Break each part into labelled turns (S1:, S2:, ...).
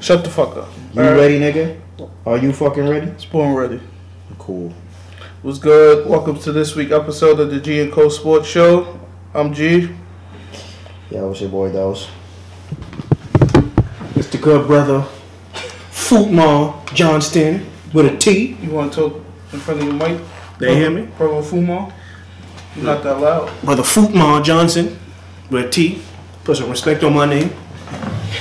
S1: Shut the fuck up.
S2: You ready, nigga? Are you fucking ready?
S1: It's born ready.
S2: Cool.
S1: What's good? Welcome to this week episode of the G and Co Sports Show. I'm G.
S2: Yo, it's your boy Dose. It's the good brother, Footmall Johnston with a T.
S1: You want to talk in front of your mic?
S2: They hear me?
S1: Brother Fumo? You're not that loud.
S2: Brother Footmall Johnson with a T. Put some respect on my name.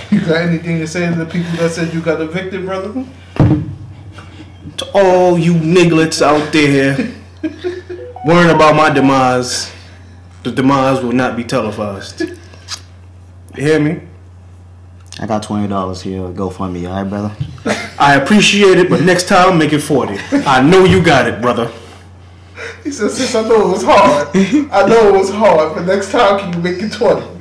S1: You got anything to say to the people that said you got evicted, brother?
S2: To all you nigglets out there worrying about my demise, the demise will not be televised. You hear me?
S3: I got twenty dollars here. GoFundMe, all right, brother.
S2: I appreciate it, but next time make it 40. I know you got it, brother.
S1: He said, since I know it was hard, I know it was hard, but next time can you make it 20?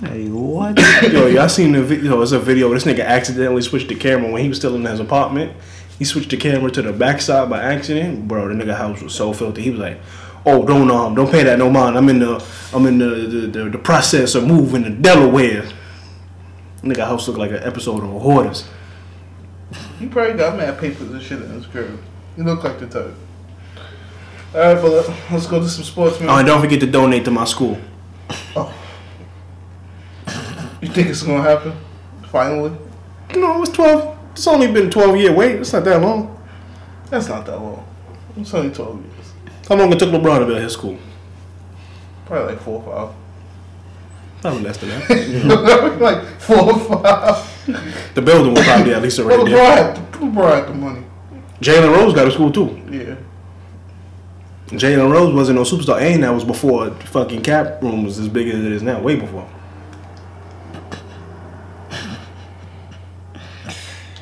S3: Hey, what?
S2: Yo, y'all seen the video? It's a video. This nigga accidentally switched the camera when he was still in his apartment. He switched the camera to the backside by accident. Bro, the nigga house was so filthy. He was like, "Oh, don't um, don't pay that no mind. I'm in the, I'm in the the, the, the process of moving to Delaware." Nigga house looked like an episode of Hoarders.
S1: He probably got mad papers and shit in his crib. He look like the type. Alright, but let's go to some sports, man.
S2: Oh, and don't forget to donate to my school.
S1: You think it's gonna happen? Finally?
S2: No, it's twelve. It's only been twelve year wait. It's not that long.
S1: That's not that long. It's only 12 years.
S2: How long it took LeBron to build his school?
S1: Probably like four or five.
S2: Probably less than that.
S1: like four or five.
S2: the building was probably at least already
S1: LeBron
S2: there.
S1: had, the, LeBron had the money.
S2: Jalen Rose got a school too.
S1: Yeah.
S2: Jalen Rose wasn't no superstar, and that was before fucking cap room was as big as it is now. Way before.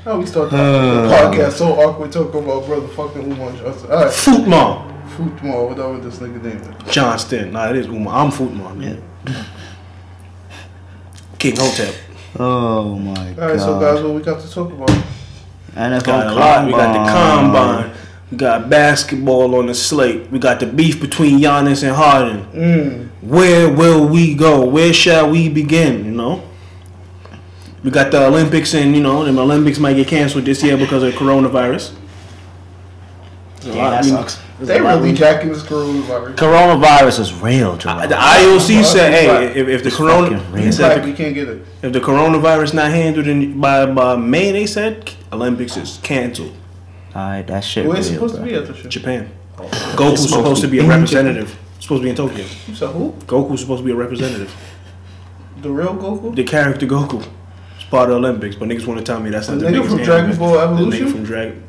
S1: How we start the podcast so awkward talking about brother fucking Umar Johnson. Alright,
S2: Footmall
S1: food tomorrow, whatever this nigga name is.
S2: Johnston. Nah, it is Uma. I'm Footmall. man. King Hotep.
S3: Oh my god.
S1: Alright, so guys, what we got to talk about?
S3: NFL
S2: Got a lot. We got the
S3: combine.
S2: combine. We got basketball on the slate. We got the beef between Giannis and Harden.
S1: Mm.
S2: Where will we go? Where shall we begin? You know, we got the Olympics, and you know, the Olympics might get canceled this year because of coronavirus.
S3: Yeah, that sucks.
S1: They really jacking this coronavirus.
S3: Coronavirus is real, Jerome.
S2: The IOC said,
S1: Right.
S2: "Hey, if, if the corona,
S3: fucking
S2: they
S3: real.
S2: said
S1: Like,
S2: the-
S1: we can't get it.
S2: if the coronavirus not handled in, by by May, they said Olympics is canceled.
S3: all right, that shit
S1: Where's it
S3: real.
S1: supposed
S3: Bro.
S1: to be at the show?
S2: Japan, Goku's
S3: Oh. supposed
S2: supposed
S3: to
S2: to be a
S3: be in
S2: representative. Supposed to be in Tokyo.
S1: You said who?
S2: Goku's supposed to be a representative.
S1: The real Goku?
S2: The character Goku. It's part of the Olympics, but niggas want to tell me that's not
S1: The
S2: the,
S1: nigga
S2: biggest
S1: from
S2: anime.
S1: Dragon Ball
S2: The
S1: Evolution?
S2: nigga from Dragon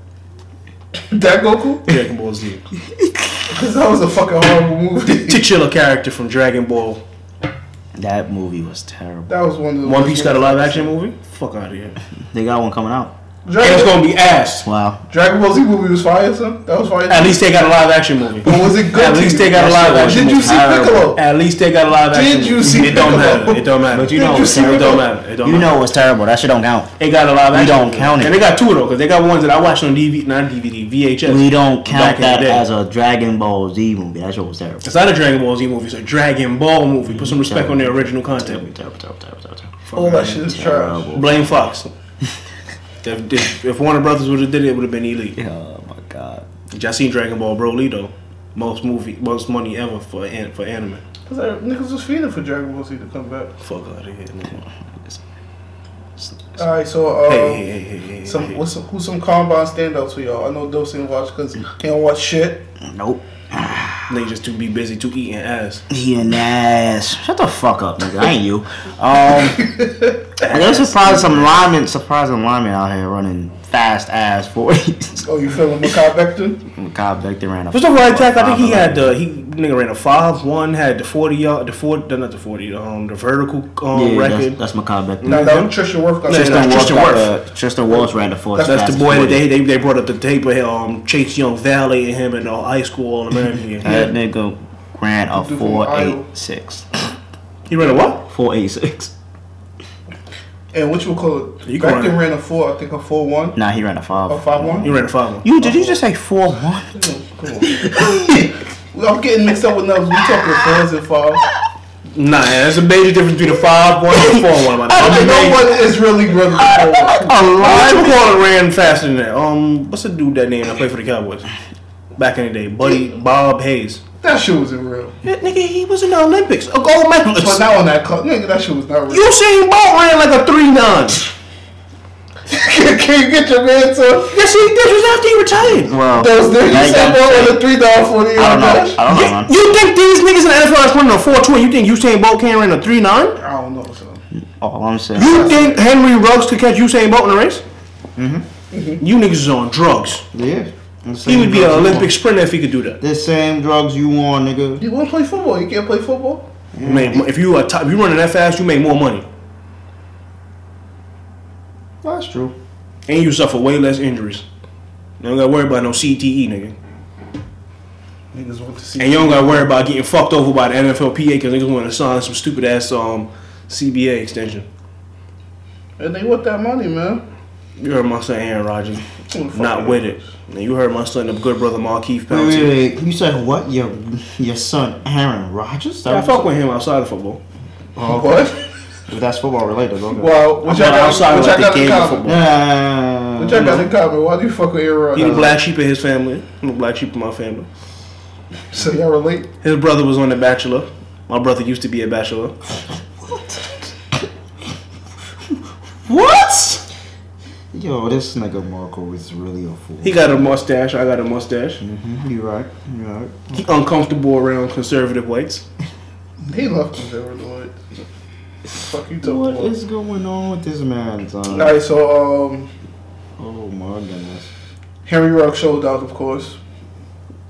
S1: that Goku?
S2: Dragon Ball Z.
S1: Because that was a fucking horrible movie.
S2: Titular character from Dragon Ball.
S3: That movie was terrible.
S1: That was one of the
S2: One
S1: worst
S2: Piece got a
S1: ones.
S2: live action movie. Fuck out of here.
S3: They got one coming out.
S2: And it's
S1: Dragon,
S2: gonna be ass.
S3: Wow.
S1: Dragon Ball Z movie was fire, son. That was fire.
S2: At least they got a live action movie.
S1: But was it good
S2: At
S1: to
S2: least
S1: you?
S2: they got a
S3: That
S2: live
S3: shit
S2: action.
S1: Did you
S2: movie.
S1: see
S3: terrible.
S1: Piccolo?
S2: At least they got a live action.
S1: Did you
S2: movie.
S1: see
S2: It
S1: Piccolo?
S2: don't matter. It don't matter.
S3: But you
S2: It
S3: know
S2: don't
S3: it was
S2: matter. It don't
S1: terrible.
S2: matter. It don't
S3: You
S2: matter.
S3: know it was terrible. That shit don't count.
S2: They got a live
S3: We
S2: action.
S3: don't
S2: movie.
S3: count it.
S2: And they got two though, because they got ones that I watched on DVD, not DVD, VHS.
S3: We don't count
S2: back in
S3: that
S2: the day.
S3: as a Dragon Ball Z movie. That shit was terrible.
S2: It's not a Dragon Ball Z movie. It's a Dragon Ball movie. Put some respect on the original
S3: Terrible,
S2: content.
S3: terrible, terrible, terrible, terrible.
S1: All that shit is trash.
S3: Terrible.
S2: Blame Fox. if, if, if Warner Brothers would have did it, it would have been elite.
S3: Oh my god.
S2: Y'all seen Dragon Ball Broly though? Most movie, most money ever for an, for anime.
S1: Cause I, niggas was feeding for Dragon Ball Z to come back.
S2: Fuck out of here. nigga.
S1: All right, so uh,
S2: Hey, hey, hey, hey, hey,
S1: some
S2: hey.
S1: what's some, who's some combine standouts for y'all? I know Dose ain't watch because can't watch shit.
S3: Nope.
S2: Niggas just too be busy too eating ass.
S3: He an ass. Shut the fuck up, nigga. I ain't you. Um, there's surprising some linemen, surprising linemen out here running fast ass 40s.
S1: Oh, you feeling Makai Becton?
S3: Cobb Vector ran a
S2: What's the right tackle? I think he had the he nigga ran a five one, had the forty yard, the forty, not the forty, the, um, the vertical um
S3: yeah,
S2: record.
S3: That's, that's Makai Becton.
S1: No, that was Trisha Worth. got
S2: Trisha
S1: that.
S3: Tristan,
S2: no,
S3: Walsh
S2: Tristan
S3: got
S2: Wirth.
S3: the- Tristan Walsh ran the fourth.
S1: That's-
S2: That's the
S3: fastest
S2: boy that
S3: 40.
S2: they, they they brought up the tape with um Chase Young Valley and him in the high school all American.
S3: That nigga ran a
S1: Dude from
S3: four
S1: Iowa.
S3: eight six.
S2: He ran a what?
S3: Four eight six.
S1: And what you call it?
S2: You can
S1: Becton
S2: run.
S1: ran a four, I think a four one
S3: Nah, he ran a five.
S1: or five one.
S2: He ran a five one.
S3: You did you just say four one?
S1: Come on. I'm getting mixed up with numbers. We talking fours and fives.
S2: Nah, that's a major difference between a five one and a four one.
S1: I mean, no
S2: what
S1: one is really running the four one.
S3: A
S2: you
S3: lot.
S2: call it ran faster than that? Um, what's the dude that name that played for the Cowboys back in the day? Buddy Bob Hayes.
S1: That shit wasn't real.
S2: Yeah, nigga, he was in the Olympics, a gold
S1: But
S2: medalist.
S1: not on that club. Nigga, that shit was not real.
S2: Usain Bolt ran like a three nine.
S1: Can you get your man to
S2: Yes, he did. It was after he retired.
S3: Well,
S1: those there? You
S3: like
S1: said
S3: I'm
S1: more
S3: saying,
S1: than a three dollar forty
S3: I
S1: yard
S3: don't know.
S1: dash.
S3: I don't know.
S2: You,
S3: man.
S2: you think these niggas in the NFL is running a four twenty? You think Usain Bolt can run a three nine?
S1: I don't know. Son.
S3: All I'm saying.
S2: You think Henry Ruggs could catch Usain Bolt in a race? Mm-hmm. You niggas is on drugs.
S3: Yeah. The
S2: He
S3: same
S2: would be an
S3: drugs you
S2: Olympic sprinter if he could do that.
S3: on. The same drugs you want, nigga.
S1: You want to play football? You can't play football.
S2: You make- if you are top, if you running that fast, you make more money,
S3: That's true.
S2: and you suffer way less injuries. You don't gotta worry about no CTE, nigga.
S1: Niggas want to see.
S2: And you don't gotta worry about getting fucked over by the NFLPA because niggas want to sign some stupid ass um CBA extension.
S1: And they want that money, man.
S2: You heard my son Aaron Rodgers,
S1: Oh, fuck
S2: not
S1: that.
S2: with it. And you heard my son, the good brother
S3: Wait,
S2: Markeith Pouncey.
S3: wait, wait. You said what? Your your son Aaron Rodgers?
S2: I
S3: That
S2: fuck with him outside of football.
S3: Oh, okay.
S1: What?
S3: That's football related. Okay.
S1: Well, what y'all
S2: I'm not
S1: got,
S2: outside
S1: what
S2: of
S1: y'all
S2: like the
S1: got in
S2: game of
S1: common?
S2: football.
S3: Nah.
S1: What y'all got in common? Why do you fuck with Aaron uh,
S2: He the
S3: Uh-huh.
S1: Rodgers?
S2: black sheep in his family. I'm the black sheep in my family.
S1: So y'all relate?
S2: His brother was on The Bachelor. My brother used to be a bachelor.
S3: What? Yo, this nigga Marco is really a fool.
S2: He got a mustache. I got a mustache.
S3: Mhm, you right. You right.
S2: He uncomfortable around conservative whites.
S1: He left us over the way. Fuck you
S3: What
S1: talking about?
S3: is going on with this man, son?
S1: All right, so um,
S3: Oh my goodness.
S1: Henry Rock showed out, of course.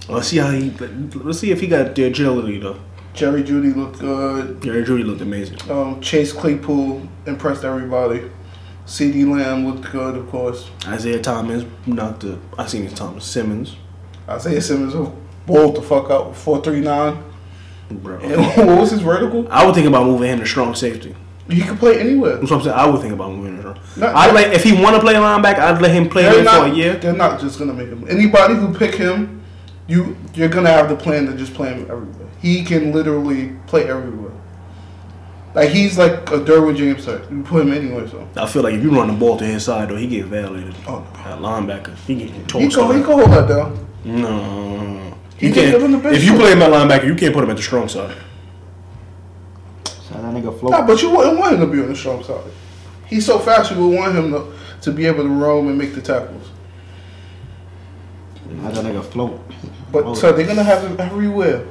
S2: Let's see how he. Let's see if he got the agility though.
S1: Jerry Judy looked good.
S2: Jerry Judy looked amazing.
S1: Um, Chase Claypool impressed everybody. C.D. Lamb looked good, of course.
S2: Isaiah Thomas knocked the. I seen his Thomas Simmons,
S1: Isaiah Simmons bowled the fuck out with 439. And
S2: bro.
S1: what was his vertical?
S2: I would think about moving him to strong safety.
S1: He could play anywhere.
S2: That's what I'm saying. I would think about moving him.
S1: No,
S2: I'd let if he want to play linebacker, I'd let him play
S1: They're
S2: there for
S1: not,
S2: a year.
S1: they're not just gonna make him. Anybody who pick him, you you're gonna have the plan to just play him everywhere. He can literally play everywhere. Like he's like a Derwin James type. You put him anywhere, so
S2: I feel like if you run the ball to his side though, he get violated.
S1: Oh, no.
S2: That linebacker, he get
S1: he
S2: tossed.
S1: go he go hold that down.
S2: No.
S1: He
S2: You
S1: can give him the
S2: can't,
S1: best
S2: if you
S1: shot.
S2: play him at linebacker, you can't put him at the strong side.
S3: So that nigga
S2: Oh.
S1: Nah,
S3: float.
S1: but you wouldn't want him to be on the strong side. He's so fast, you would want him to, to be able to roam and make the tackles.
S3: Let that nigga float.
S1: But
S3: Oh.
S1: so they're gonna have him everywhere.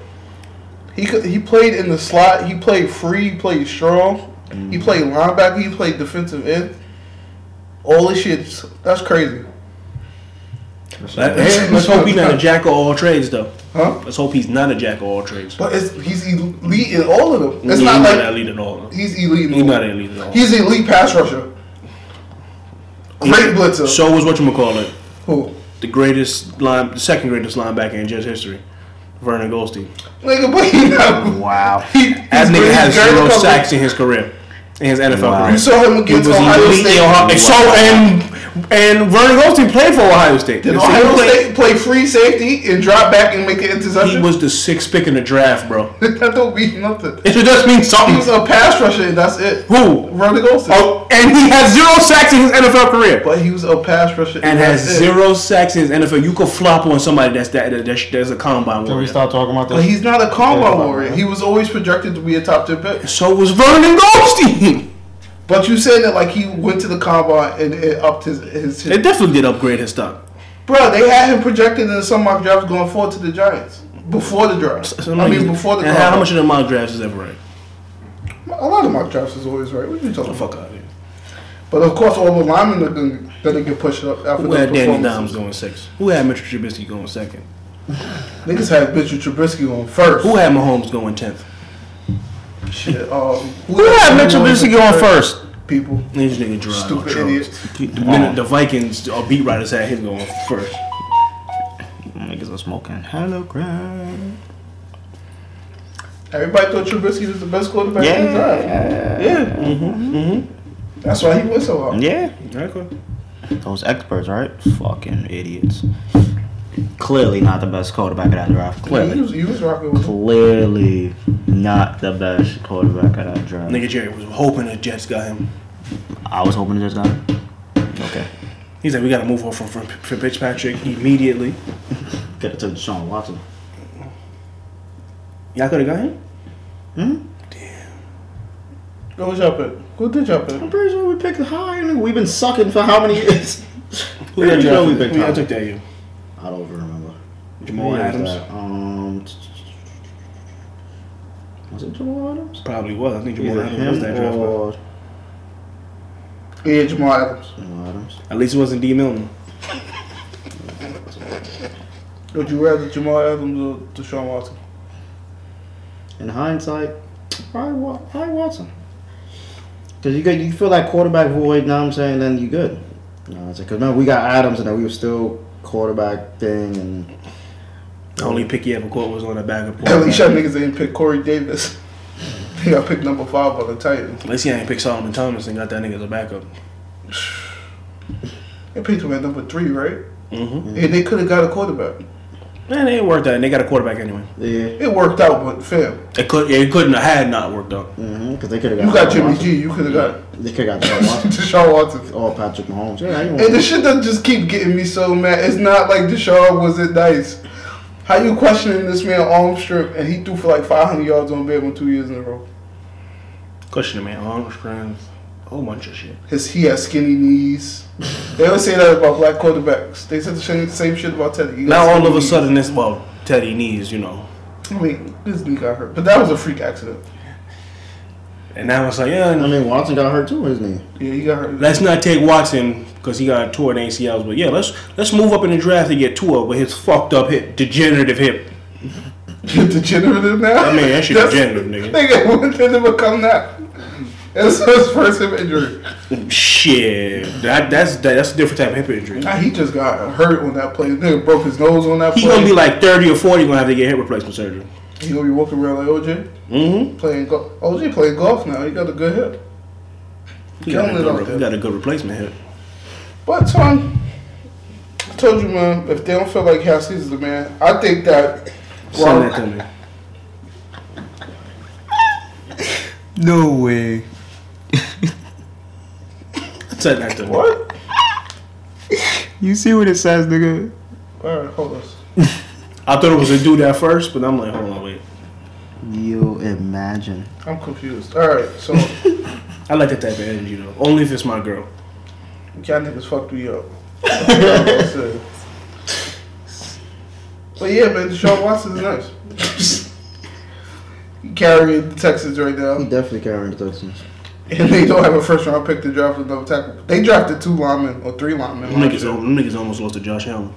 S1: He could, he played in the slot. He played free. He played strong. He
S2: Mm.
S1: played linebacker. He played defensive end. All this shit. That's crazy,
S2: Let- hey, Let's hope he's not a jack of all trades, though.
S1: huh?
S2: Let's hope he's not a jack of all trades.
S1: But it's, he's elite in all of them.
S2: He's
S1: It's not
S2: not
S1: like
S2: elite at all. He's
S1: he's elite. in all
S2: not
S1: of them.
S2: elite at all.
S1: He's elite pass rusher. Great blitzer.
S2: So was what you call it,
S1: Who?
S2: the greatest line, the second greatest linebacker in Jets history, Vernon Goldstein.
S1: Nigga, but he not.
S3: Wow.
S1: He,
S2: That
S1: he's-
S2: nigga
S1: he's
S2: has
S1: very
S2: zero
S1: covered.
S2: sacks in his career, in his NFL
S3: Wow.
S2: career.
S1: You saw him
S2: He was
S1: against Ohio
S2: elite in
S1: State.
S2: Ohio- and So and and Vernon Goldstein played for Ohio State.
S1: Did
S2: So he
S1: Ohio
S2: played-
S1: State play free safety and drop back and make an interception?
S2: He was the sixth pick in the draft, bro.
S1: that don't mean nothing.
S2: It should just mean
S1: He was
S2: something.
S1: a pass rusher, and that's it.
S2: Who?
S1: Run the goal
S2: Oh, and he has zero sacks in his NFL career.
S1: But he was a pass rusher,
S2: And has
S1: that's it.
S2: zero sacks in his NFL. You could flop on somebody that's that that- that's, that's a combine
S3: Can we
S2: warrior.
S3: stop talking about
S1: But
S3: this?
S1: he's not a
S3: Yeah,
S1: combo
S3: but-
S1: warrior. He was always projected to be a top ten pick.
S2: So was Vernon Goldstein.
S1: But you said that like he went to the combine and it upped his his.
S2: They
S1: his.
S2: definitely did upgrade his stock.
S1: Bro, they had him projected in some mock drafts going forward to the Giants before the draft. I mean, before the
S2: and how,
S1: combine.
S2: much of the mock drafts is ever right?
S1: A lot of mock drafts is always right. What are you talking
S2: The
S1: about?
S2: fuck out of here.
S1: But of course, all the linemen are gonna, gonna get pushed up after
S2: Who
S1: those
S2: had Danny Dimes
S1: performances.
S2: going six? Who had Mitchell Trubisky going second?
S1: Niggas had Mitchell Trubisky on first.
S2: Who had Mahomes going tenth?
S1: Shit, um,
S3: Who had Mitchell Trubisky going first?
S1: People,
S2: These nigga dry.
S1: stupid idiots.
S2: The, minute the Vikings or beat writers had him going first.
S3: Niggas are smoking. Hello, crime.
S1: Everybody thought Trubisky was the best quarterback in the draft.
S3: Yeah.
S2: Yeah. Mm-hmm. Mm-hmm.
S1: That's why he went so hard.
S3: Yeah.
S2: Okay.
S3: Those experts, right? Fucking idiots. Clearly not the best quarterback of that draft.
S1: You
S3: Clearly.
S1: was, you was rocking with him.
S3: Clearly not the best quarterback of that draft.
S2: Nigga Jerry was hoping the Jets got him.
S3: I was hoping to just got him. Okay.
S2: He's like, we gotta move on from from, from Fitzpatrick immediately.
S3: Could have took Deshaun Watson.
S2: Y'all could have got him.
S3: Hmm?
S1: Who was y'all pick? Who did y'all pick?
S3: I'm pretty sure we picked high. and We've been sucking for how many years?
S2: Who y'all
S3: Pretty sure we
S2: drafted?
S3: picked
S2: Who y'all
S3: high.
S2: took that year?
S3: I don't even remember.
S2: Jamal
S3: Who was
S2: Adams.
S3: that? Um, t- t- was it Jamal Adams?
S2: Probably was. I think Jamal
S3: Either
S2: Adams was that
S3: him
S2: draft. class.
S3: or
S1: Yeah, Jamal Adams.
S3: Jamal Adams.
S2: At least it wasn't D Milner.
S1: Would you rather Jamal Adams or Deshaun Watson?
S3: In hindsight, probably, Wa- probably Watson. Because you, got- you fill that quarterback void, know what I'm saying, then you good. You know, because remember, we got Adams and then we were still quarterback thing. and
S2: The only pick he ever caught was on a back of
S1: At least y'all
S2: quarterback.
S1: niggas didn't pick Corey Davis. They got picked number five by the Titans.
S2: At least he ain't picked Solomon Thomas and got that nigga as a backup.
S1: They picked him at number three, right?
S2: Mm-hmm.
S1: And they could have got a quarterback.
S2: Man, it ain't worked out. And they got a quarterback anyway.
S3: Yeah.
S1: It worked out, but fam,
S2: It could. It couldn't have had not worked out.
S3: Mm-hmm, because they could have got
S1: you got
S3: Deshaun
S1: Jimmy
S3: Watson.
S1: G. You could have got
S3: They could have got Deshaun Watson.
S1: Deshaun Watson.
S3: or Patrick Mahomes. Yeah, I ain't
S1: And
S3: gonna-
S1: this shit doesn't just keep getting me so mad. It's not like Deshaun wasn't nice. How you questioning this man arm strip and he threw for like 500 yards on Bama two years in a row?
S2: Question the man, arm strength, a whole bunch of shit.
S1: His he has skinny knees. They always say that about black quarterbacks. They said the same, same shit about Teddy. He got
S2: Now all
S1: skinny
S2: of a
S1: knees.
S2: sudden, this well, Teddy knees, you know,
S1: I mean, this knee got hurt, but that was a freak accident.
S2: and now it's like, yeah,
S3: I
S2: no.
S3: mean, Watson got hurt too, isn't he?
S1: Yeah, he got hurt.
S2: let's not take Watson because he got a torn ACLs, but yeah, let's let's move up in the draft and get Tua with his fucked up hip, degenerative hip.
S1: You're degenerative now.
S2: I mean, that shit
S1: That's-
S2: degenerative, nigga.
S1: Nigga, when did it become that? It's his first hip injury.
S2: Shit, that that's that, that's a different type of hip injury.
S1: Nah, he just got hurt on that play. Nigga broke his nose on that
S2: He
S1: play.
S2: gonna be like thirty or forty, gonna have to get hip replacement surgery.
S1: he gonna be walking around like OJ
S2: Mm-hmm.
S1: playing golf. OJ playing golf now. He got a good hip.
S2: He got, a
S1: Killing it out
S2: good,
S1: there.
S2: he got a good replacement hip.
S1: But son, I told you, man. If they don't feel like Haskins is the man, I think that.
S2: Send that to me.
S3: No way.
S2: Send that to me.
S1: what?
S3: You see what it says, nigga?
S1: All right, hold on.
S2: I thought it was a dude at first, but I'm like, hold on, wait.
S3: You imagine.
S1: I'm confused. All right, so y'all
S2: I like that type of energy though. Only if it's my girl.
S1: niggas fucked me up. That's what I'm saying. but yeah, man, Deshaun Watson is nice. He Carrying the Texans right
S3: He
S1: now,
S3: definitely carrying the Texans.
S1: and they don't have a first round pick to draft another tackle. They drafted two linemen or three linemen.
S2: Them
S1: last
S2: niggas,
S1: year.
S2: them niggas almost lost to Josh Allen.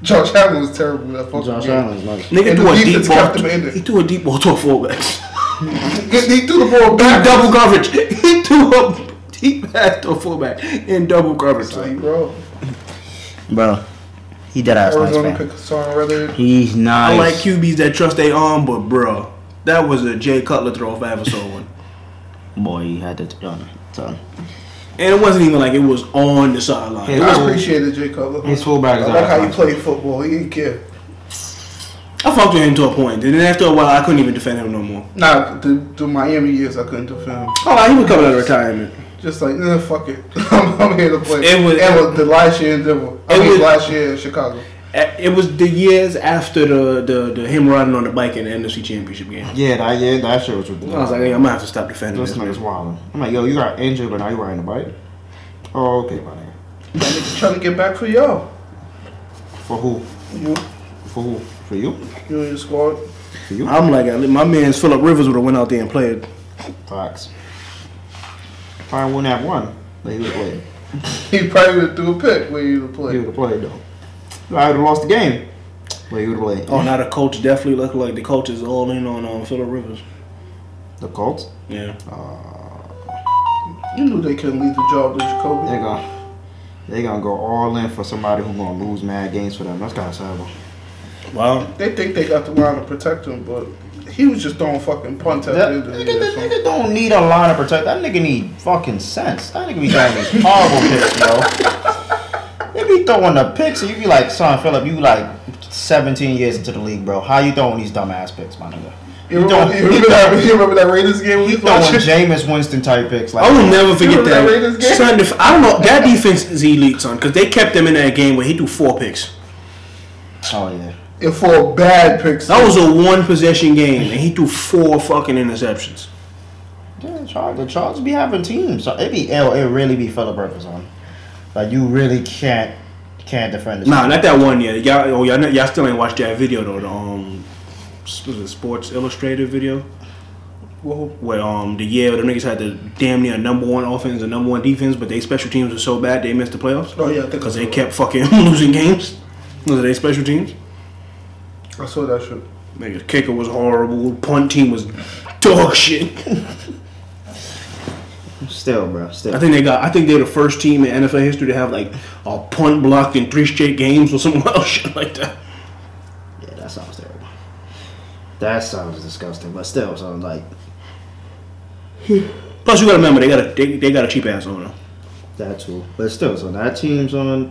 S1: Josh Allen was terrible. in That fucking
S3: Josh
S1: game.
S3: Allen's nice.
S2: Nigga
S1: And
S2: threw
S1: the
S2: a deep
S1: defense
S2: ball.
S1: kept him in there.
S2: He threw a deep ball to a fullback.
S1: He he threw the ball
S2: In
S1: back.
S2: double coverage. He threw a deep pass to a fullback in double coverage.
S1: Like, bro,
S3: Bro, he dead ass nice,
S1: Arizona
S3: man.
S1: pick Hassan Reddick.
S3: He's
S2: I
S3: nice.
S2: like QBs that trust their arm, but bro, that was a Jay Cutler throw if I ever saw one.
S3: Boy, he had to turn. turn.
S2: And it wasn't even like it was on the sideline.
S3: Yeah.
S1: I appreciated Jay Cutler.
S3: His fullback is
S1: I like
S3: out.
S1: how he played football. He didn't care.
S2: I fucked with him to a point, and then after a while, I couldn't even defend him no more.
S1: Nah, the, the Miami years I couldn't defend. him.
S2: Oh, he was coming out of retirement.
S1: Just like, nah, fuck it. I'm, I'm here to play.
S2: It was-
S1: and with the last year in Denver. I
S2: It
S1: mean,
S2: was-
S1: last year in Chicago.
S2: A- It was the years after the, the, the him riding on the bike in the NFC Championship game.
S3: Yeah, that, yeah, that shit was
S2: I was
S3: ridiculous.
S2: like, hey, I'm gonna have to stop defending
S3: This
S2: this.
S3: nigga's wildin'. I'm like, yo, you got injured, but now you riding a bike? Oh, okay, my nigga.
S1: That nigga trying to get back for y'all.
S3: For who?
S1: You,
S3: For who? For you?
S1: you and your squad.
S3: For
S2: Uh-huh.
S3: you?
S2: I'm like, my man's Philip Rivers would have went out there and played.
S3: Facts. Probably wouldn't have won. But he would have played.
S1: He probably would have threw a pick where he would have
S3: He
S1: played.
S3: would have played though. I would have lost the game. But he would have played.
S2: Oh, now the coach definitely look like the coach is all in on um, Phillip Rivers.
S3: The Colts.
S2: Yeah.
S1: You knew they couldn't leave the job to Jacoby.
S3: They're gonna they gonna go all in for somebody who's gonna lose mad games for them. That's kind of terrible.
S2: Wow.
S1: They think they got the line to protect him, but he was just throwing fucking punts at
S3: That,
S1: the end of the year.
S3: nigga, that
S1: so-
S3: nigga don't need a line of protect. That nigga need fucking sense. That nigga be throwing these horrible picks, yo. They be throwing the picks, and you be like, son, Philip, you like 17 years into the league, bro. How you throwing these dumb ass picks, my nigga?
S1: You
S3: You
S1: remember,
S3: throwing,
S1: you,
S3: you
S1: remember
S3: throwing,
S1: that, you remember that Raiders game we
S3: you
S1: was
S3: throwing
S1: watching?
S3: Jameis Winston type picks. Like,
S2: I will never forget
S1: remember
S2: that.
S1: that Raiders game?
S2: Son, if, I don't know. That defense is elite, son, because they kept them in that game where he threw four picks.
S3: oh, yeah.
S1: And for a bad pick. six.
S2: That was a one possession game, and he threw four fucking interceptions.
S3: Yeah, Charles, the Charles be having teams. So it be ill. It really be Philip Rivers on. Like you really can't can't defend. This
S2: Nah, not that one yet. Y'all, oh, y'all, not- y'all still ain't watched that video though. The um, s- was it Sports Illustrated video
S1: Whoa.
S2: where um the Yale the niggas had the damn near number one offense and number one defense, but they special teams were so bad they missed the playoffs
S1: Oh, yeah, I think
S2: because
S1: I
S2: they
S1: saw
S2: kept fucking losing games. Those are they special teams.
S1: that. I saw that shit.
S2: Nigga, kicker was horrible. Punt team was dog shit.
S3: Still, bro. Still.
S2: I think they got. I think they're the first team in NFL history to have like a punt blocked in three straight games or some wild shit like that.
S3: yeah, that sounds terrible. That sounds disgusting. But still, so like
S2: Plus, you gotta remember they got a they, they got a cheap ass owner.
S3: that too. But still, so that team's on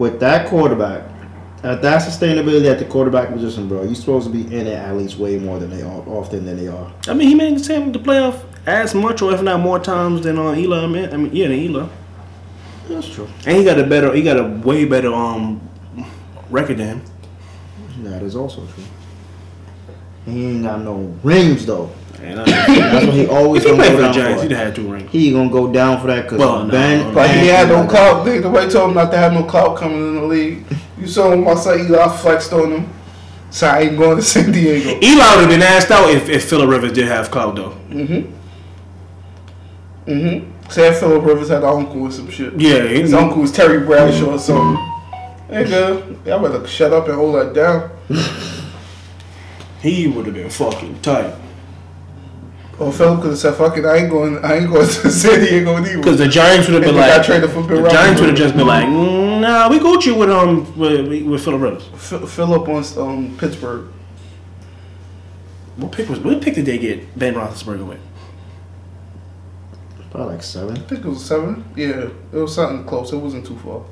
S3: with that quarterback. At that sustainability at the quarterback position, bro, you're supposed to be in it at least way more than they are, often than they are.
S2: I mean, he made the team the playoff as much or if not more times than uh, Eli. Man, I mean, yeah, than Eli.
S3: That's true.
S2: And he got a better, he got a way better um record than him.
S3: That is also true. He ain't got no rings though.
S2: And I,
S3: That's what he always
S2: if he
S3: gonna
S2: played
S3: go
S2: for the
S3: down
S2: Giants,
S3: for.
S2: he'd have had two rings.
S3: He gonna go down for that because
S2: Well, no, no,
S3: Ben.
S2: no.
S1: Like, he had no clout. They, nobody told him not to have no clout coming in the league. You saw him, my son Eli flexed on him. So I ain't going to San Diego.
S2: Eli would have been asked out if, if Phillip Rivers did have clout though.
S1: Mm-hmm. Sam Phillip Rivers had an uncle with some shit.
S2: Yeah, he-
S1: His uncle was Terry Bradshaw or something. Nigga, y'all better shut up and hold that down.
S2: he would have been fucking tight.
S1: Or Phillip could have said, fuck it, I ain't going, I ain't going to San Diego
S2: Because
S1: either.
S2: the Giants would have been
S1: They got
S2: like,
S1: traded for Bill
S2: the
S1: Robinson.
S2: Giants would have just been like, "Mm, nah, we Gucci with um with, with Phillip Rivers.
S1: Ph- Phillip wants um, Pittsburgh.
S2: What pick was what pick did they get Ben Roethlisberger with?
S3: Probably like seven.
S1: I think it was seven. Yeah, it was something close. It wasn't too far.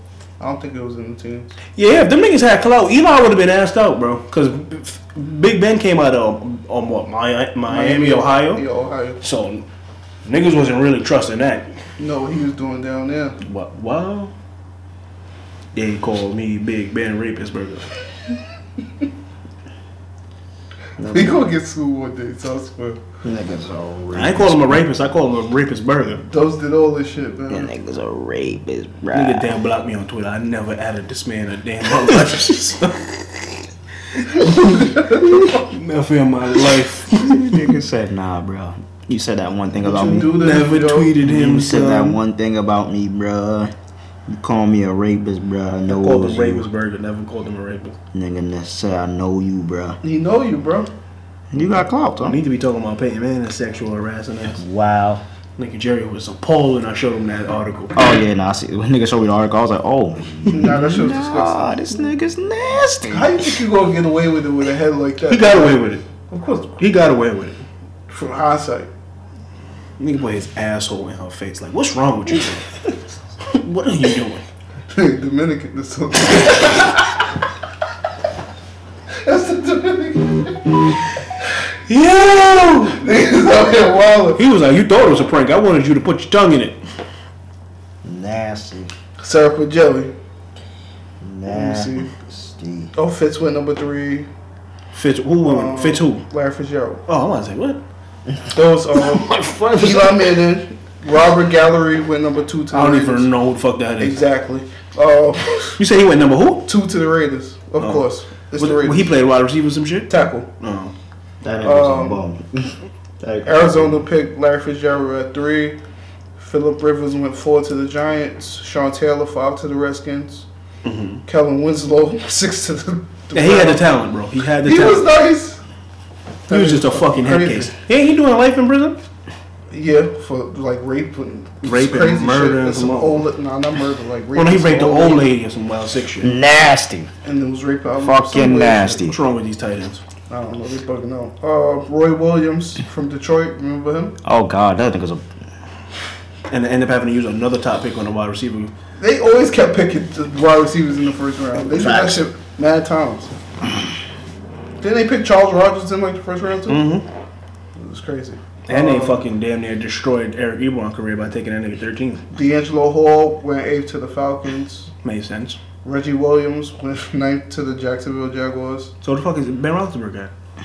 S1: I don't think it was in the teams.
S2: Yeah, if them niggas had clout, Eli would have been asked out, bro. Because Big Ben came out of um, what Miami, Miami, Ohio.
S1: Yeah, Ohio.
S2: So niggas wasn't really trusting that.
S1: No, what he was doing down there.
S2: What? Wow. They called me Big Ben Rapist Burger.
S1: He gonna get sued one day. So I swear.
S3: Niggas are
S2: I
S3: rapist.
S2: ain't call him a rapist. I call him a rapist burger.
S1: Those did all this shit, man.
S3: niggas are rapist, bro.
S2: Nigga damn blocked me on Twitter. I never added this man a damn my life. Never in my life.
S3: nigga said, nah, bro. You said that one thing about
S1: you
S3: me.
S1: do that,
S2: Never
S1: yo?
S2: tweeted him.
S3: You said
S2: son.
S3: that one thing about me, bro. You call me a rapist, bro. I know it
S2: Called
S3: was
S2: him
S3: you.
S2: rapist burger. Never called him a rapist.
S3: Nigga that said I know you, bro.
S1: He know you, bro.
S3: You got clout,
S2: I
S3: huh?
S2: need to be talking about Peyton Manning and sexual harassing us.
S3: Wow.
S2: Nigga Jerry was appalled when I showed him that article.
S3: Oh yeah, nah. I see, when nigga showed me the article, I was like, oh,
S1: Nah, that shit was disgusting.
S3: nah, this nigga's nasty.
S1: How you think you gonna get away with it with a head like that?
S2: He got away with it.
S1: Of course,
S2: He got away with it.
S1: from hindsight.
S2: Nigga put his asshole in her face. Like, what's wrong with you? what are you doing?
S1: Dominican or something. That's the Dominican.
S2: Yo!
S1: Niggas out here wilding.
S2: He was like, you thought it was a prank. I wanted you to put your tongue in it.
S3: Nasty,
S1: Syrup with jelly. me
S3: nasty.
S1: Oh, Fitz went number three.
S2: Fitz who woman?
S1: Um,
S2: Fitz who?
S1: Larry Fitzgerald.
S2: Oh, I'm about to say what?
S1: Those um, Eli Manning, Robert Gallery went number two to the
S2: I don't
S1: Raiders.
S2: even know who the fuck that is.
S1: Exactly. Uh,
S2: You say he went number who?
S1: two to the Raiders, of
S2: Oh.
S1: course. It's the
S2: What-
S1: Raiders.
S2: he played wide receiver or some shit.
S1: Tackle.
S2: No.
S3: That nigga's a
S1: Um,
S3: bum. That-
S1: Arizona picked Larry Fitzgerald at three. Philip Rivers went four to the Giants. Sean Taylor five to the Redskins.
S2: Mhm.
S1: Kellen Winslow six to the. the
S2: Yeah, he had the
S1: Browns.
S2: talent, bro. He had the
S1: He
S2: talent.
S1: was nice.
S2: he was just a fucking head
S1: Crazy.
S2: case. Ain't he doing life in prison?
S1: Yeah, for like rape and
S2: Rape and
S1: crazy
S2: murder
S1: shit.
S2: and
S1: some
S2: some
S1: old, nah, not murder, like rape.
S2: Well, no, he
S1: some
S2: raped the old lady or some wild sick
S1: Mm.
S2: shit.
S3: Nasty.
S1: and it was rape. out of some
S3: Fucking
S1: way.
S3: nasty.
S2: What's wrong with these tight ends?
S1: I don't know. They fucking know. Uh, Roy Williams from Detroit. Remember him?
S3: Oh god, that nigga's a
S2: And they end up having to use another top pick on the wide receiver.
S1: They always kept picking the wide receivers in the first round. They did that
S2: Facts.
S1: shit mad times. Didn't they pick Charles Rogers in like the first round too?
S2: Mm-hmm.
S1: It was crazy.
S2: And they
S1: Uh,
S2: fucking damn near destroyed Eric Ebron career by taking that nigga 13.
S1: D'Angelo Hall went eighth to the Falcons.
S2: Made sense.
S1: Reggie Williams went ninth to the Jacksonville Jaguars.
S2: So the fuck is Ben Roethlisberger at?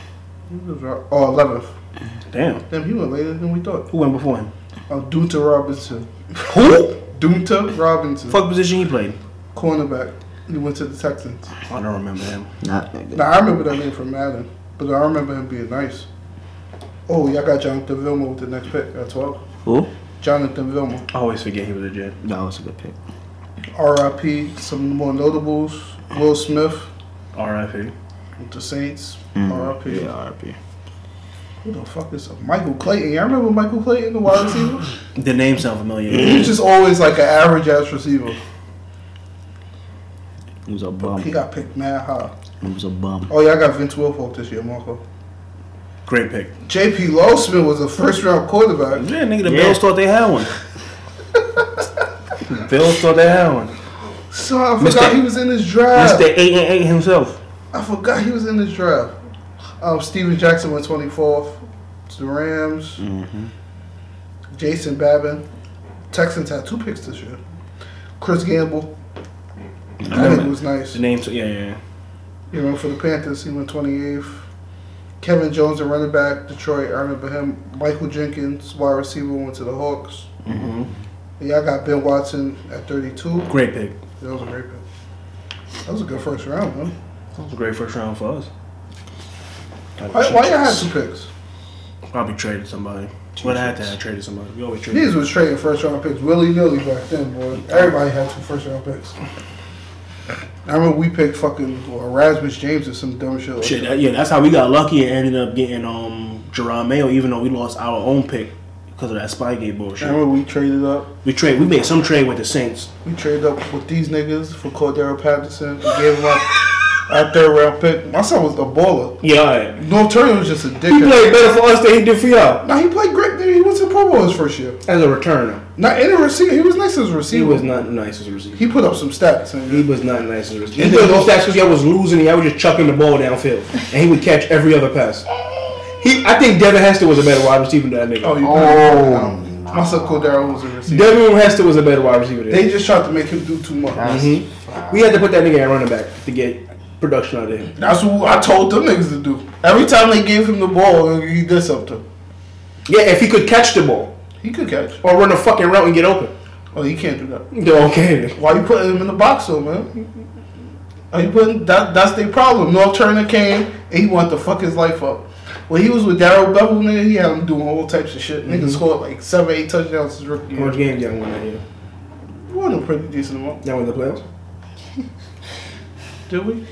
S1: He was ro- Oh, 11th.
S2: Damn.
S1: Damn, he went later than we thought.
S2: Who went before him?
S1: Oh, Dunta Robinson.
S2: Who?
S1: Dunta Robinson.
S2: Fuck position he played.
S1: Cornerback. He went to the Texans.
S2: I don't remember him.
S3: not nigga.
S1: Now, I remember that name from Madden, but I remember him being nice. Oh, y'all got Jonathan Vilma with the next pick at 12.
S3: Who?
S1: Jonathan Vilma.
S2: I always forget he was a Jet.
S3: That was a good pick.
S1: RIP, some more notables. Will Smith
S2: R.I.P.
S1: with the Saints.
S2: Mm-hmm.
S1: RIP.
S3: Mm. Yeah, RIP.
S1: Who the fuck is Michael Clayton? Y'all remember Michael Clayton, the wide receiver?
S2: The name sound
S1: he
S2: familiar.
S1: was just always like an average ass receiver.
S3: He was a
S1: He
S3: bum.
S1: got picked mad high.
S3: He was a bum.
S1: Oh, y'all got Vince Wilfork this year, Marco.
S2: Great pick.
S1: JP Lowsmith was a first round quarterback.
S2: Yeah, nigga, the
S3: Yeah.
S2: Bills thought they had one. Bills thought they had one.
S1: So I
S2: Mr.
S1: forgot he was in this draft.
S2: Mr. 8 and 8 himself.
S1: I forgot he was in this draft. Um, Steven Jackson went 24th to the Rams.
S3: Mm-hmm.
S1: Jason Babin. Texans had two picks this year. Chris Gamble. I think it
S2: remember.
S1: was nice.
S2: The name, so- yeah, yeah, yeah.
S1: You know, for the Panthers, he went 28th. Kevin Jones, a running back, Detroit. I remember him. Michael Jenkins, wide receiver, went to the Hawks.
S3: Mm-hmm.
S2: hmm
S1: And y'all got Ben Watson at 32.
S2: Great pick.
S1: That was a great pick. That was a good first round, man.
S2: That was a great first round for us.
S1: Why, why y'all had two picks?
S2: Probably traded somebody. What I had to have traded somebody. We always trade.
S1: These was trading first round picks willy nilly back then, boy. Everybody had two first round picks. I remember we picked fucking Erasmus James or some dumb shit. Like
S2: Shit,
S1: that.
S2: that, yeah, that's how we got lucky and ended up getting um Jerron Mayo, even though we lost our own pick because of that Spygate
S1: I
S2: bullshit.
S1: remember we traded up.
S2: We trade, we made some trade with the Saints.
S1: We traded up with these niggas for Cordero Patterson. We gave him our, our third round pick. My son was a baller.
S2: Yeah, all right.
S1: North Turner was just a
S2: he played
S1: dickhead.
S2: better for us than he did for y'all
S1: Now he played great. Dude. He went to the Pro Bowl his first year.
S2: as a returner.
S1: Not in a receiver. He was nice as a
S2: He
S1: receiver.
S2: was not nice as a receiver.
S1: He put up some stats.
S2: He
S1: Man.
S2: was not nice as a receiver.
S1: He
S2: He did
S1: was-
S2: those stats because I was losing. and I was just chucking the ball downfield, and he would catch every other pass. He, I think Devin Hester was a better wide receiver than that nigga.
S1: Oh, you
S3: Oh,
S1: no. My son Cordero was a receiver.
S2: Devin Hester was a better wide receiver. Than
S1: They just tried to make him do too much.
S2: hmm We had to put that nigga at running back to get production out of him.
S1: That's what I told them niggas to do. Every time they gave him the ball, he did something.
S2: Yeah, if he could catch the ball
S1: He could catch.
S2: or run a fucking route and get open.
S1: Oh, he can't do that.
S2: Yeah, Okay.
S1: Why you putting him in the box though, man? Are you putting that? That's their problem. North Turner came and he wanted to fuck his life up. When he was with Daryl Bevel, nigga, he had him doing all types of shit. Nigga scored like seven, eight touchdowns his rookie
S2: How much
S1: year.
S2: games y'all won that year?
S1: We won a pretty decent amount,
S2: Y'all won the playoffs?
S1: did we?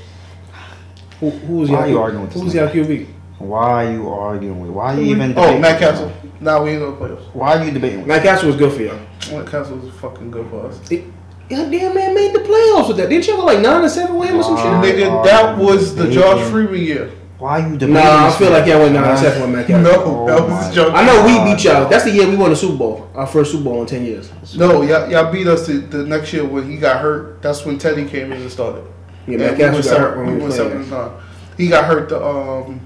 S2: Who, who was
S3: Why
S2: y'all?
S3: are you arguing with
S2: Who
S3: this
S2: was y'all QB?
S3: Why are you arguing with? Why are you even?
S1: Oh,
S3: debating?
S1: Matt Castle. Nah, we ain't no playoffs.
S3: Why are you debating?
S2: Matt Castle was good for y'all.
S1: Matt Castle was fucking good for us.
S2: Y'all damn man made the playoffs with that. Didn't y'all go like nine and seven with him or some
S3: Nah.
S2: shit?
S1: Nigga, that was the Josh Freeman year.
S3: Why are you debating?
S2: Nah, I
S3: this
S2: feel
S3: man?
S2: like y'all went nine
S3: Nah.
S2: and seven with Matt Castle.
S1: No, that
S3: Oh
S1: was
S3: my
S1: Josh.
S2: I know we beat y'all. That's the year we won the Super Bowl. Our first Super Bowl in ten years.
S1: No, y'all, y'all beat us the, the next year when he got hurt. That's when Teddy came in and started.
S2: Yeah,
S1: And
S2: Matt
S1: we
S2: Castle
S1: went
S2: got
S1: seven-
S2: hurt when we
S1: went
S2: were
S1: seven
S2: playing.
S1: and nine. He got hurt the um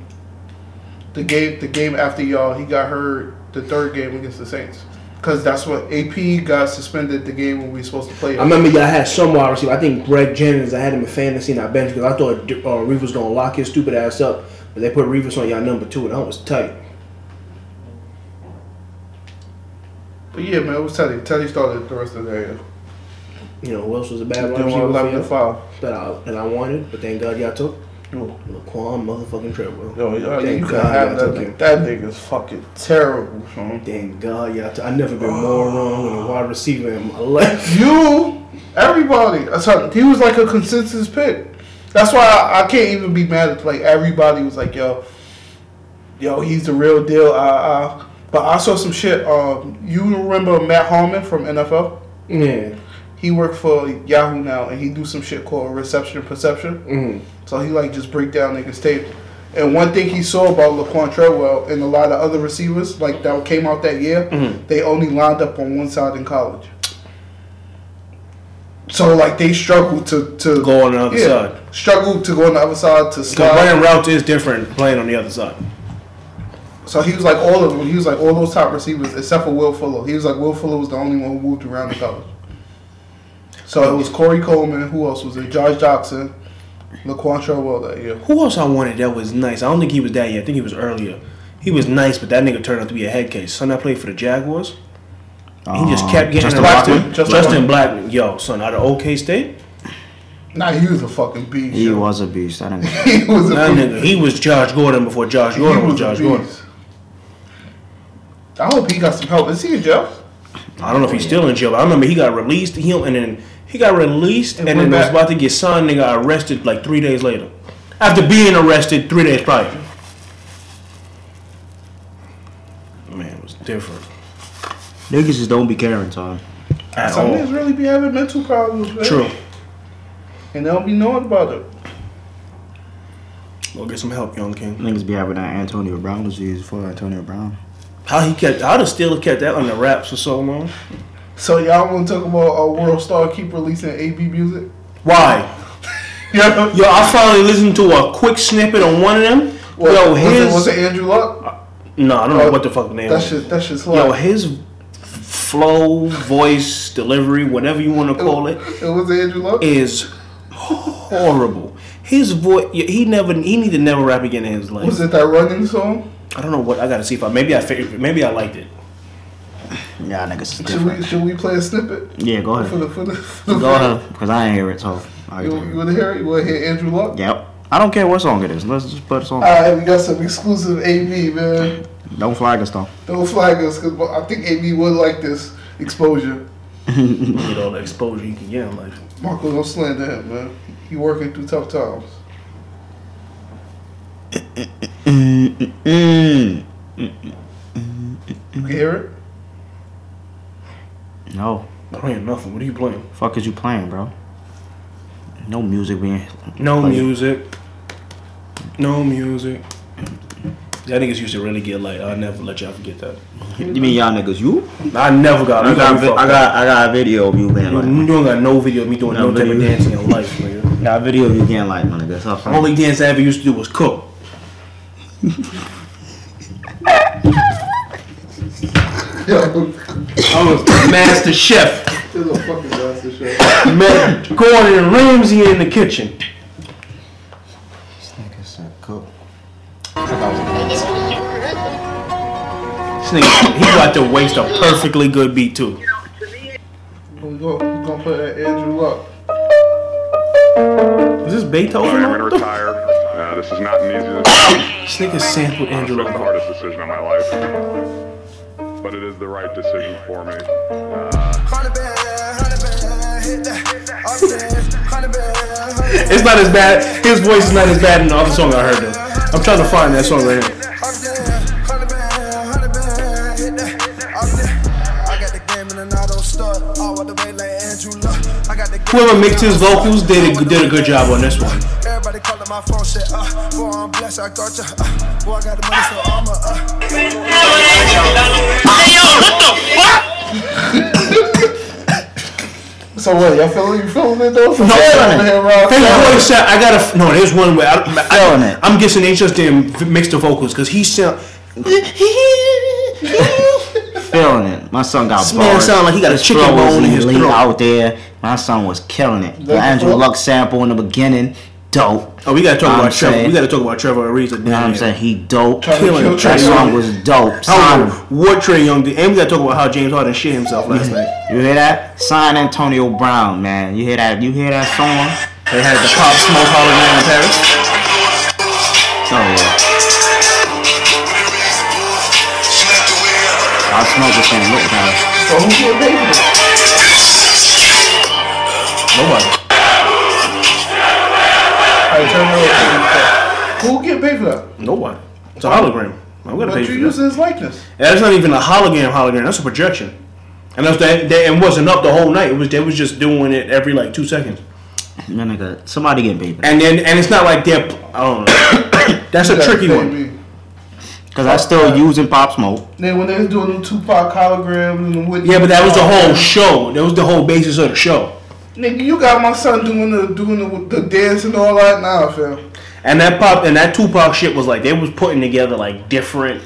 S1: the game the game after y'all. He got hurt the third game against the Saints because that's what AP got suspended the game when we supposed to play.
S2: I remember y'all had some wide receiver. I think Greg Jennings. I had him in fantasy and I benched because I thought uh, Reeves was gonna lock his stupid ass up, but they put Reeves on y'all number two and I was tight.
S1: But yeah, man, it was Teddy. Teddy started the rest of the year.
S2: You know who else was a bad wide
S1: Then we
S2: receiver?
S1: eleven to
S2: for y'all
S1: five.
S2: That I that I wanted, but thank God y'all took. Oh, Laquan motherfucking Treadwell.
S1: Yo, yo
S2: Thank
S1: you can
S2: God
S1: have that.
S2: y'all took him.
S1: Nigga. That nigga's fucking terrible, son.
S2: Thank God, y'all. T- I never been more wrong with a wide receiver in my life.
S1: You, everybody. That's how, he was like a consensus pick. That's why I, I can't even be mad at like everybody was like, yo, yo, he's the real deal. Uh, uh. But I saw some shit. Um, you remember Matt Harmon from NFL?
S2: Yeah.
S1: He worked for Yahoo now, and he do some shit called reception perception.
S2: Mm.
S1: So he like just break down niggas tape. And one thing he saw about Laquan Treadwell and a lot of other receivers like that came out that year,
S2: Mhm.
S1: they only lined up on one side in college. So like they struggled to to
S2: Go on the other side.
S1: struggled to go on the other side to
S2: The running
S1: slide.
S2: route is different playing on the other side.
S1: So he was like all of them. He was like all those top receivers except for Will Fuller. He was like Will Fuller was the only one who moved around in college. So it was Corey Coleman. Who else was it? Josh Jackson, Laquan Treadwell that year.
S2: Who else I wanted that was nice? I don't think he was that yet. I think he was earlier. He was nice, but that nigga turned out to be a head case. Son, I played for the Jaguars. and He just kept getting
S3: Justin
S2: arrested.
S1: Blackman?
S2: Justin,
S1: Uh, Justin
S2: Blackman. Yo, son, out of OK State,
S1: Nah, he was a fucking beast.
S3: He
S1: yo.
S3: was a beast. I didn't.
S1: he was a
S2: that
S1: beast.
S2: nigga, he was Josh Gordon before Josh
S1: He
S2: Gordon was,
S1: was a
S2: Josh Gordon.
S1: beast. I hope he got some help. Is he in jail?
S2: I don't know if he's still in jail, but I remember he got released. He and then he got released, and,
S1: And went
S2: then was
S1: back.
S2: about to get signed. and got arrested like three days later, after being arrested three days prior. Man, it was different
S3: Niggas just don't be caring, Todd.
S2: at
S1: some niggas
S2: all.
S1: really be having mental problems, man.
S2: True.
S1: And they don't be knowing about it.
S2: Go get some help, young king.
S3: Niggas be having that Antonio Brown disease for Antonio Brown.
S2: How he kept? How the still kept that under wraps for so long?
S1: So y'all want to talk about a world star keep releasing AB music?
S2: Why?
S1: Yeah.
S2: Yo, I finally listened to a quick snippet on one of them.
S1: What,
S2: Yo,
S1: was,
S2: his
S1: it, was it Andrew Luck?
S2: no, I don't know
S1: Oh,
S2: what the fuck the name.
S1: That
S2: was.
S1: shit, that shit's
S2: Yo,
S1: Luck.
S2: his flow, voice, delivery, whatever you want to call it,
S1: It was Andrew Luck.
S2: is horrible. His voice, he never, he need to never rap again in his life.
S1: Was it that running song?
S2: I don't know what I gotta see if I maybe I figured, maybe I liked it.
S3: Yeah, niggas is
S1: Should we
S3: different.
S1: should we play a snippet
S3: Yeah, go
S1: for
S3: ahead.
S1: the for the? For the
S3: Go ahead, cause I ain't hear it, so I
S1: You,
S3: can
S1: you
S3: hear it.
S1: want to hear it? You want to hear Andrew Luck?
S3: Yep. I don't care what song it is. Let's just put a song.
S2: Uh,
S1: All right, we got some exclusive AB man.
S3: Don't flag us though.
S1: Don't flag us because I think AB would like this exposure.
S2: Get all the exposure you can get in life.
S1: Marco, don't slander him, man. He working through tough times.
S3: Mm-mm.
S1: You can hear it?
S3: No.
S2: Playing nothing. What are you playing?
S3: Fuck is you playing, bro? No music being.
S2: No
S3: Like-
S2: music. No music. That niggas used to really get like I never let y'all forget that.
S3: You mean y'all niggas? You?
S2: I never got.
S3: I
S2: you
S3: got,
S2: me fucked
S3: I
S2: up.
S3: got, I got a video of you being
S2: You,
S3: like.
S2: you don't got no video of me doing
S3: No
S2: no, type of
S3: video.
S2: dancing in life, nigga.
S3: Got a video of you getting like, my nigga. Stop
S2: The only dance I ever used to do was cook.
S1: Yo,
S2: I was a master chef.
S1: there's a fucking master show.
S2: Man, Gordon Ramsay in the kitchen.
S3: This nigga said cook.
S2: This nigga, he about to waste a perfectly good beat too.
S1: We go, we gonna put that Andrew Luck.
S2: Is this Beethoven?
S4: I'm
S2: What the f-
S4: retired. Uh, this is not an easy decision.
S2: This nigga sampled
S4: It's
S2: Andrew
S4: been the
S2: Luck.
S4: hardest decision of my life. But it is the right decision for me. Uh,
S5: Hundred band, hundred band, hit that. Upstairs, hundred band, hundred
S2: It's not as bad. His voice is not as bad in the other song I heard though. I'm trying to find that song right now.
S5: band, upstairs, hundred band, hundred band, hit that. Upstairs. I got the game and I don't stuck. All the way like Andrew Luck. I got the game.
S2: Whoever mixed his vocals did a, did a good job on this one.
S5: Everybody calling my phone, shit. Uh, boy, I'm blessed, I got ya. Uh, boy, I got the money, so I'm a. Uh,
S1: So what? Y'all feeling? You feeling it though?
S2: No,
S1: Over here, Rob.
S2: his voice sound- I gotta. f- No, there's one way. I,
S3: Feeling
S2: I,
S3: it.
S2: I'm guessing they just didn't mix the vocals because he sound.
S3: Feeling it. My son got
S2: This man
S3: bars.
S2: sound like he got a
S3: His
S2: chicken
S3: flow was
S2: bone in his
S3: elite
S2: throat.
S3: out there. My son was killing it. The
S1: That's
S3: Andrew
S1: what-
S3: Luck sample in the beginning, dope.
S2: Oh, we gotta talk
S3: I'm
S2: about Trevor.
S3: saying-
S2: We gotta talk about Trevor Ariza.
S3: You know what I'm saying? He dope.
S1: Trying to
S2: Killing
S1: kill
S2: it.
S1: Trey
S3: That song
S1: Young.
S3: was dope.
S2: I
S3: Sign
S2: don't know
S3: him.
S2: what Trey Young did. And we gotta talk about how James Harden shit himself last night.
S3: You hear that? Sign Antonio Brown, man. You hear that? You hear that song?
S2: They had the Pop Smoke Holiday in Paris.
S6: yeah. I smoked this thing look down.
S1: So who's gonna pay for that?
S2: Nobody.
S1: Alright, turn it over. Who get paid for that?
S2: Nobody. It's a hologram. I'm gonna pay
S1: But
S2: for
S1: you're
S2: that.
S1: using his likeness.
S2: That's not even a hologram hologram. That's a projection. And that's that, that and wasn't up the whole night. It was they was just doing it every like two seconds.
S6: No, nigga, somebody getting paid.
S2: And then and it's not like they're I don't know. that's
S1: You
S2: a
S1: gotta
S2: tricky
S1: pay
S2: one.
S1: me.
S6: Because I still using Pop Smoke.
S1: Then when they was doing them Tupac holograms and them Whitney
S2: Yeah, but that was the whole show. That was the whole basis of the show.
S1: Nigga, you got my son doing the doing the, the dance and all that now, fam.
S2: And that pop and that Tupac shit was like they was putting together like different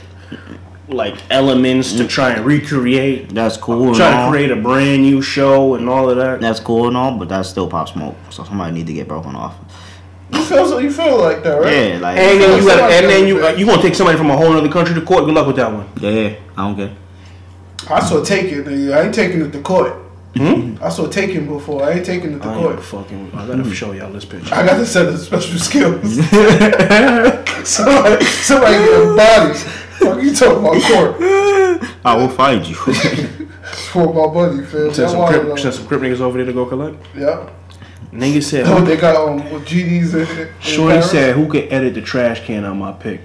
S2: like elements to try and recreate,
S6: That's cool and
S2: try to
S6: all.
S2: create a brand new show and all of that.
S6: That's cool and all, but that's still Pop Smoke. So somebody need to get broken off.
S1: You feel so you feel like that, right?
S6: Yeah, like
S2: And then you got and then you you gonna take somebody from a whole other country to court. Good luck with that one.
S6: yeah, I don't care.
S1: I saw taken, nigga. I ain't taking it to court.
S2: Hmm?
S1: I saw taken before. I ain't taking it to
S2: I
S1: court.
S2: ain't fucking. I
S6: Hmm.
S2: gotta show y'all this picture.
S1: I got to set of special skills. somebody, somebody get bodied. Fuck you talking about court
S6: I will find you.
S1: for my money, fam.
S2: Send
S1: That's
S2: some,
S1: why I
S2: crip,
S1: know.
S2: send some crip niggas over there to go collect.
S1: Yeah.
S2: Nigga said,
S1: Oh,
S2: who,
S1: they got um with GDs in it.
S2: Shorty said, who could edit the trash can on my pick?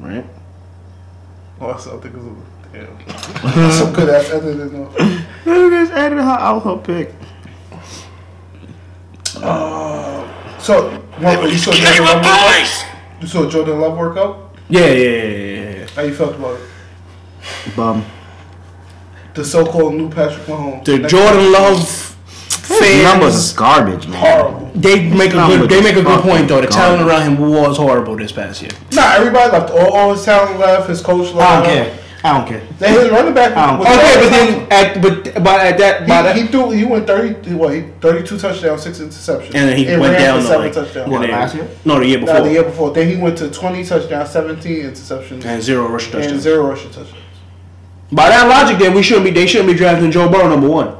S2: Right?
S1: Oh, I think it was damn. That's some good ass editing though.
S6: Niggas added her out her pick.
S1: So, one, you saw Jordan Love workout. You saw Jordan Love workout.
S2: Yeah, yeah, yeah, yeah, yeah.
S1: How you felt about it?
S6: Bum.
S1: The so-called new Patrick Mahomes.
S2: The
S1: Next
S2: Jordan Love
S6: His numbers
S2: fans.
S6: is garbage, man.
S1: horrible.
S2: They make a good. They make a good point though. The
S6: Gone.
S2: talent around him was horrible this past year.
S1: Nah, everybody left. All, all his talent left. His coach left.
S6: I don't care. I don't care.
S1: Then his running back.
S6: I don't
S1: was-
S2: Okay, but then at but but at that by that
S1: He, he threw. He went thirty. What? he- Thirty-two touchdowns, six interceptions.
S2: and then he
S1: And
S2: went
S1: ran
S2: down
S1: for
S2: to
S1: seven
S2: like
S1: touchdowns.
S2: what,
S6: What,
S2: the-
S6: last year?
S2: No, the year before.
S1: Nah, the year before. Then he went to twenty touchdowns, seventeen interceptions,
S2: and zero rushing
S1: and
S2: touchdowns.
S1: zero rushing touchdowns.
S2: By that logic, then we shouldn't be. They shouldn't be drafting Joe Burrow number one.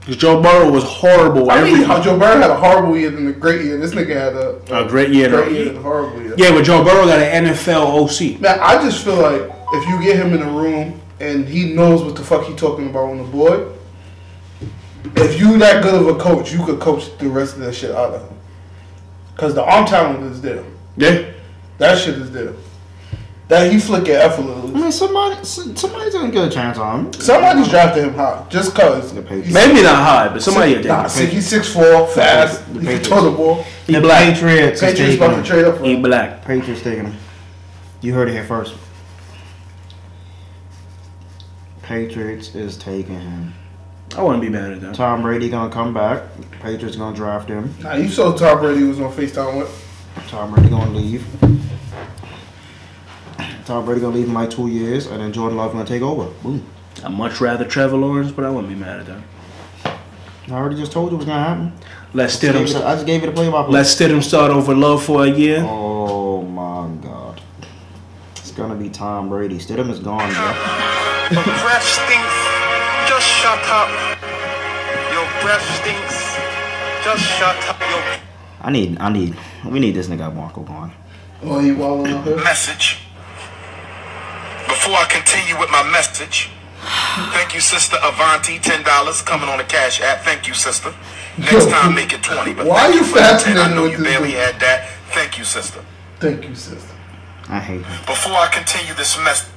S2: Because Joe Burrow was horrible.
S1: I mean,
S2: every,
S1: how Joe Burrow had a horrible year than a great year. This nigga had a,
S2: a great year.
S1: great
S2: though.
S1: year than a horrible year.
S2: Yeah, but Joe Burrow got an NFL OC.
S1: Man, I just feel like if you get him in a room and he knows what the fuck he talking about on the board, if you that good of a coach, you could coach the rest of that shit out of him. Cause the arm talent is there.
S2: Yeah.
S1: That shit is there. That he flick it
S3: I
S1: effortlessly.
S3: mean, somebody, s- somebody's gonna get a chance on him.
S1: Somebody's drafting him high, just cause.
S3: Patriots.
S1: He's-
S2: Maybe not high, but somebody did.
S1: Nah, see, he's six four, fast.
S3: The
S1: He can
S3: Patriots.
S1: throw the ball.
S2: He
S3: The
S2: black.
S3: Patriots, is
S1: Patriots
S3: taking
S1: about to
S3: him.
S1: trade up for
S2: He
S1: him.
S2: black.
S3: Patriots taking him. You heard it here first. Patriots is taking him.
S2: I wouldn't be mad at that.
S3: Tom Brady gonna come back. Patriots gonna draft him.
S1: Nah, you saw Tom Brady was on Facetime with.
S3: Tom Brady gonna leave. Tom Brady gonna leave in like two years, and then Jordan Love gonna take over. Boom.
S2: I'd much rather Trevor Lawrence, but I wouldn't be mad at that.
S3: I already just told you what's gonna happen.
S2: Let
S3: Gave it a-
S2: Stidham,
S3: I just gave it a play by play.
S2: let Stidham start over Love for a year.
S3: Oh my God. It's gonna be Tom Brady. Stidham is gone, bro.
S7: Your breath stinks. Just shut up. Your breath stinks. Just shut up. Your
S6: I need. I need. We need this nigga Marco gone.
S1: Oh, he walling out here.
S7: message. Before I continue with my message, thank you, Sister Avanti. Ten dollars coming on the cash app. Thank you, Sister. Next
S1: Yo,
S7: time, make it twenty. But
S1: why
S7: thank
S1: you
S7: for the 10. I
S1: fascinated
S7: know
S1: with
S7: you
S1: this
S7: barely
S1: dude?
S7: had that. Thank you, Sister.
S1: Thank you, sister.
S6: I hate him.
S7: Before I continue this message.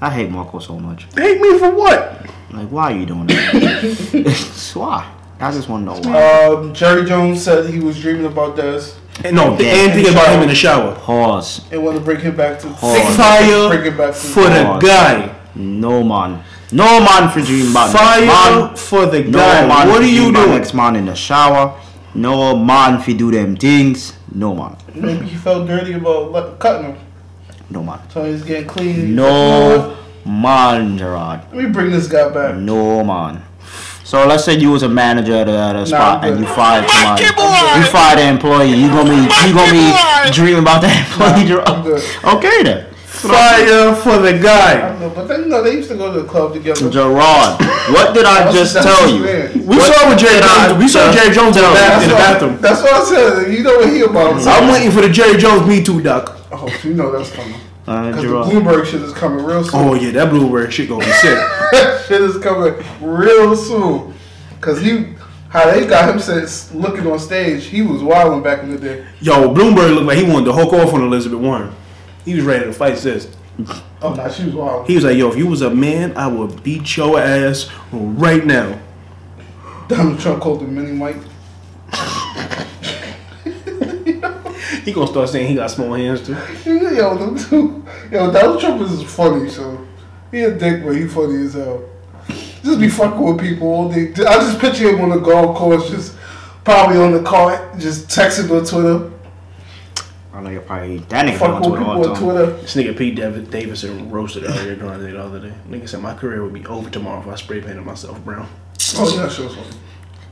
S6: I hate Marco so much.
S2: Hate me for what?
S6: Like, why are you doing that? why? I just want to know why.
S1: Um, Jerry Jones said he was dreaming about this
S2: No,
S6: Yeah.
S2: and think about him in the shower.
S6: Pause.
S1: and want to bring him back to Bring
S2: Fire
S1: him back to
S2: for the guy.
S6: No man. No man for dream about next
S2: Fire
S6: man.
S2: for the
S6: No
S2: guy.
S6: man
S2: What are
S6: for dream
S2: you
S6: about
S2: doing?
S6: Next man in the shower. No man if you do them things. No man.
S1: Maybe he felt dirty about let, cutting him,
S6: No man.
S1: so he's getting clean.
S6: No man, Gerard.
S1: Let me bring this guy back.
S6: No man. So let's say you was a manager at a, at a spot
S1: I'm
S6: and you
S1: good.
S6: fired somebody.
S7: Monkey boy!
S6: You fired an employee. You gonna be you gonna
S7: Monkey boy!
S6: be dreaming about that employee,
S1: I'm
S6: Gerard.
S1: good.
S6: Okay then.
S3: what I'm saying.
S2: Fire for the
S1: I
S2: guy.
S1: don't know, but then you know, they used to go to the club together.
S3: Gerard, what did I
S1: That's-
S3: just
S1: that's
S3: tell
S1: his
S3: you?
S1: man.
S2: We
S3: What
S2: saw with Jerry
S3: did I
S2: Jones. We saw
S3: just
S2: Jerry Jones in the
S3: tell
S2: bath-
S3: you?
S2: in the
S1: what-
S2: bathroom. Mm-hmm.
S1: That's what I said. You know what he about.
S2: I'm waiting for the Jerry Jones Me Too doc.
S1: Oh, you know that's coming.
S3: Uh,
S1: Because the
S3: Gerard.
S1: Bloomberg shit is coming real soon.
S2: Oh yeah, that Bloomberg shit gonna be sick.
S1: that shit is coming real soon. Cause he, how they got him since looking on stage, he was wilding back in the day.
S2: Yo, Bloomberg looked like he wanted to hook off on Elizabeth Warren. He was ready to fight sis.
S1: Oh, no, she was wild.
S2: He was like, yo, if you was a man, I would beat your ass right now.
S1: Donald Trump called him Mini Mike.
S2: He gonna start saying he got small hands too.
S1: Yo, them two, yo, Donald Trump is funny. So he a dick, but he funny as hell. Just be fucking with people all day. I just picture him on the golf course, just probably on the cart, just texting on Twitter,
S3: I know you're probably that nigga on
S1: fucking with
S3: Twitter all
S1: people
S3: the
S1: on
S3: time.
S1: Twitter.
S2: This nigga Pete Dav- Davidson roasted Ariana Grande the other day. Nigga said my career would be over tomorrow if I spray painted myself brown.
S1: Oh, yeah, sure, sure.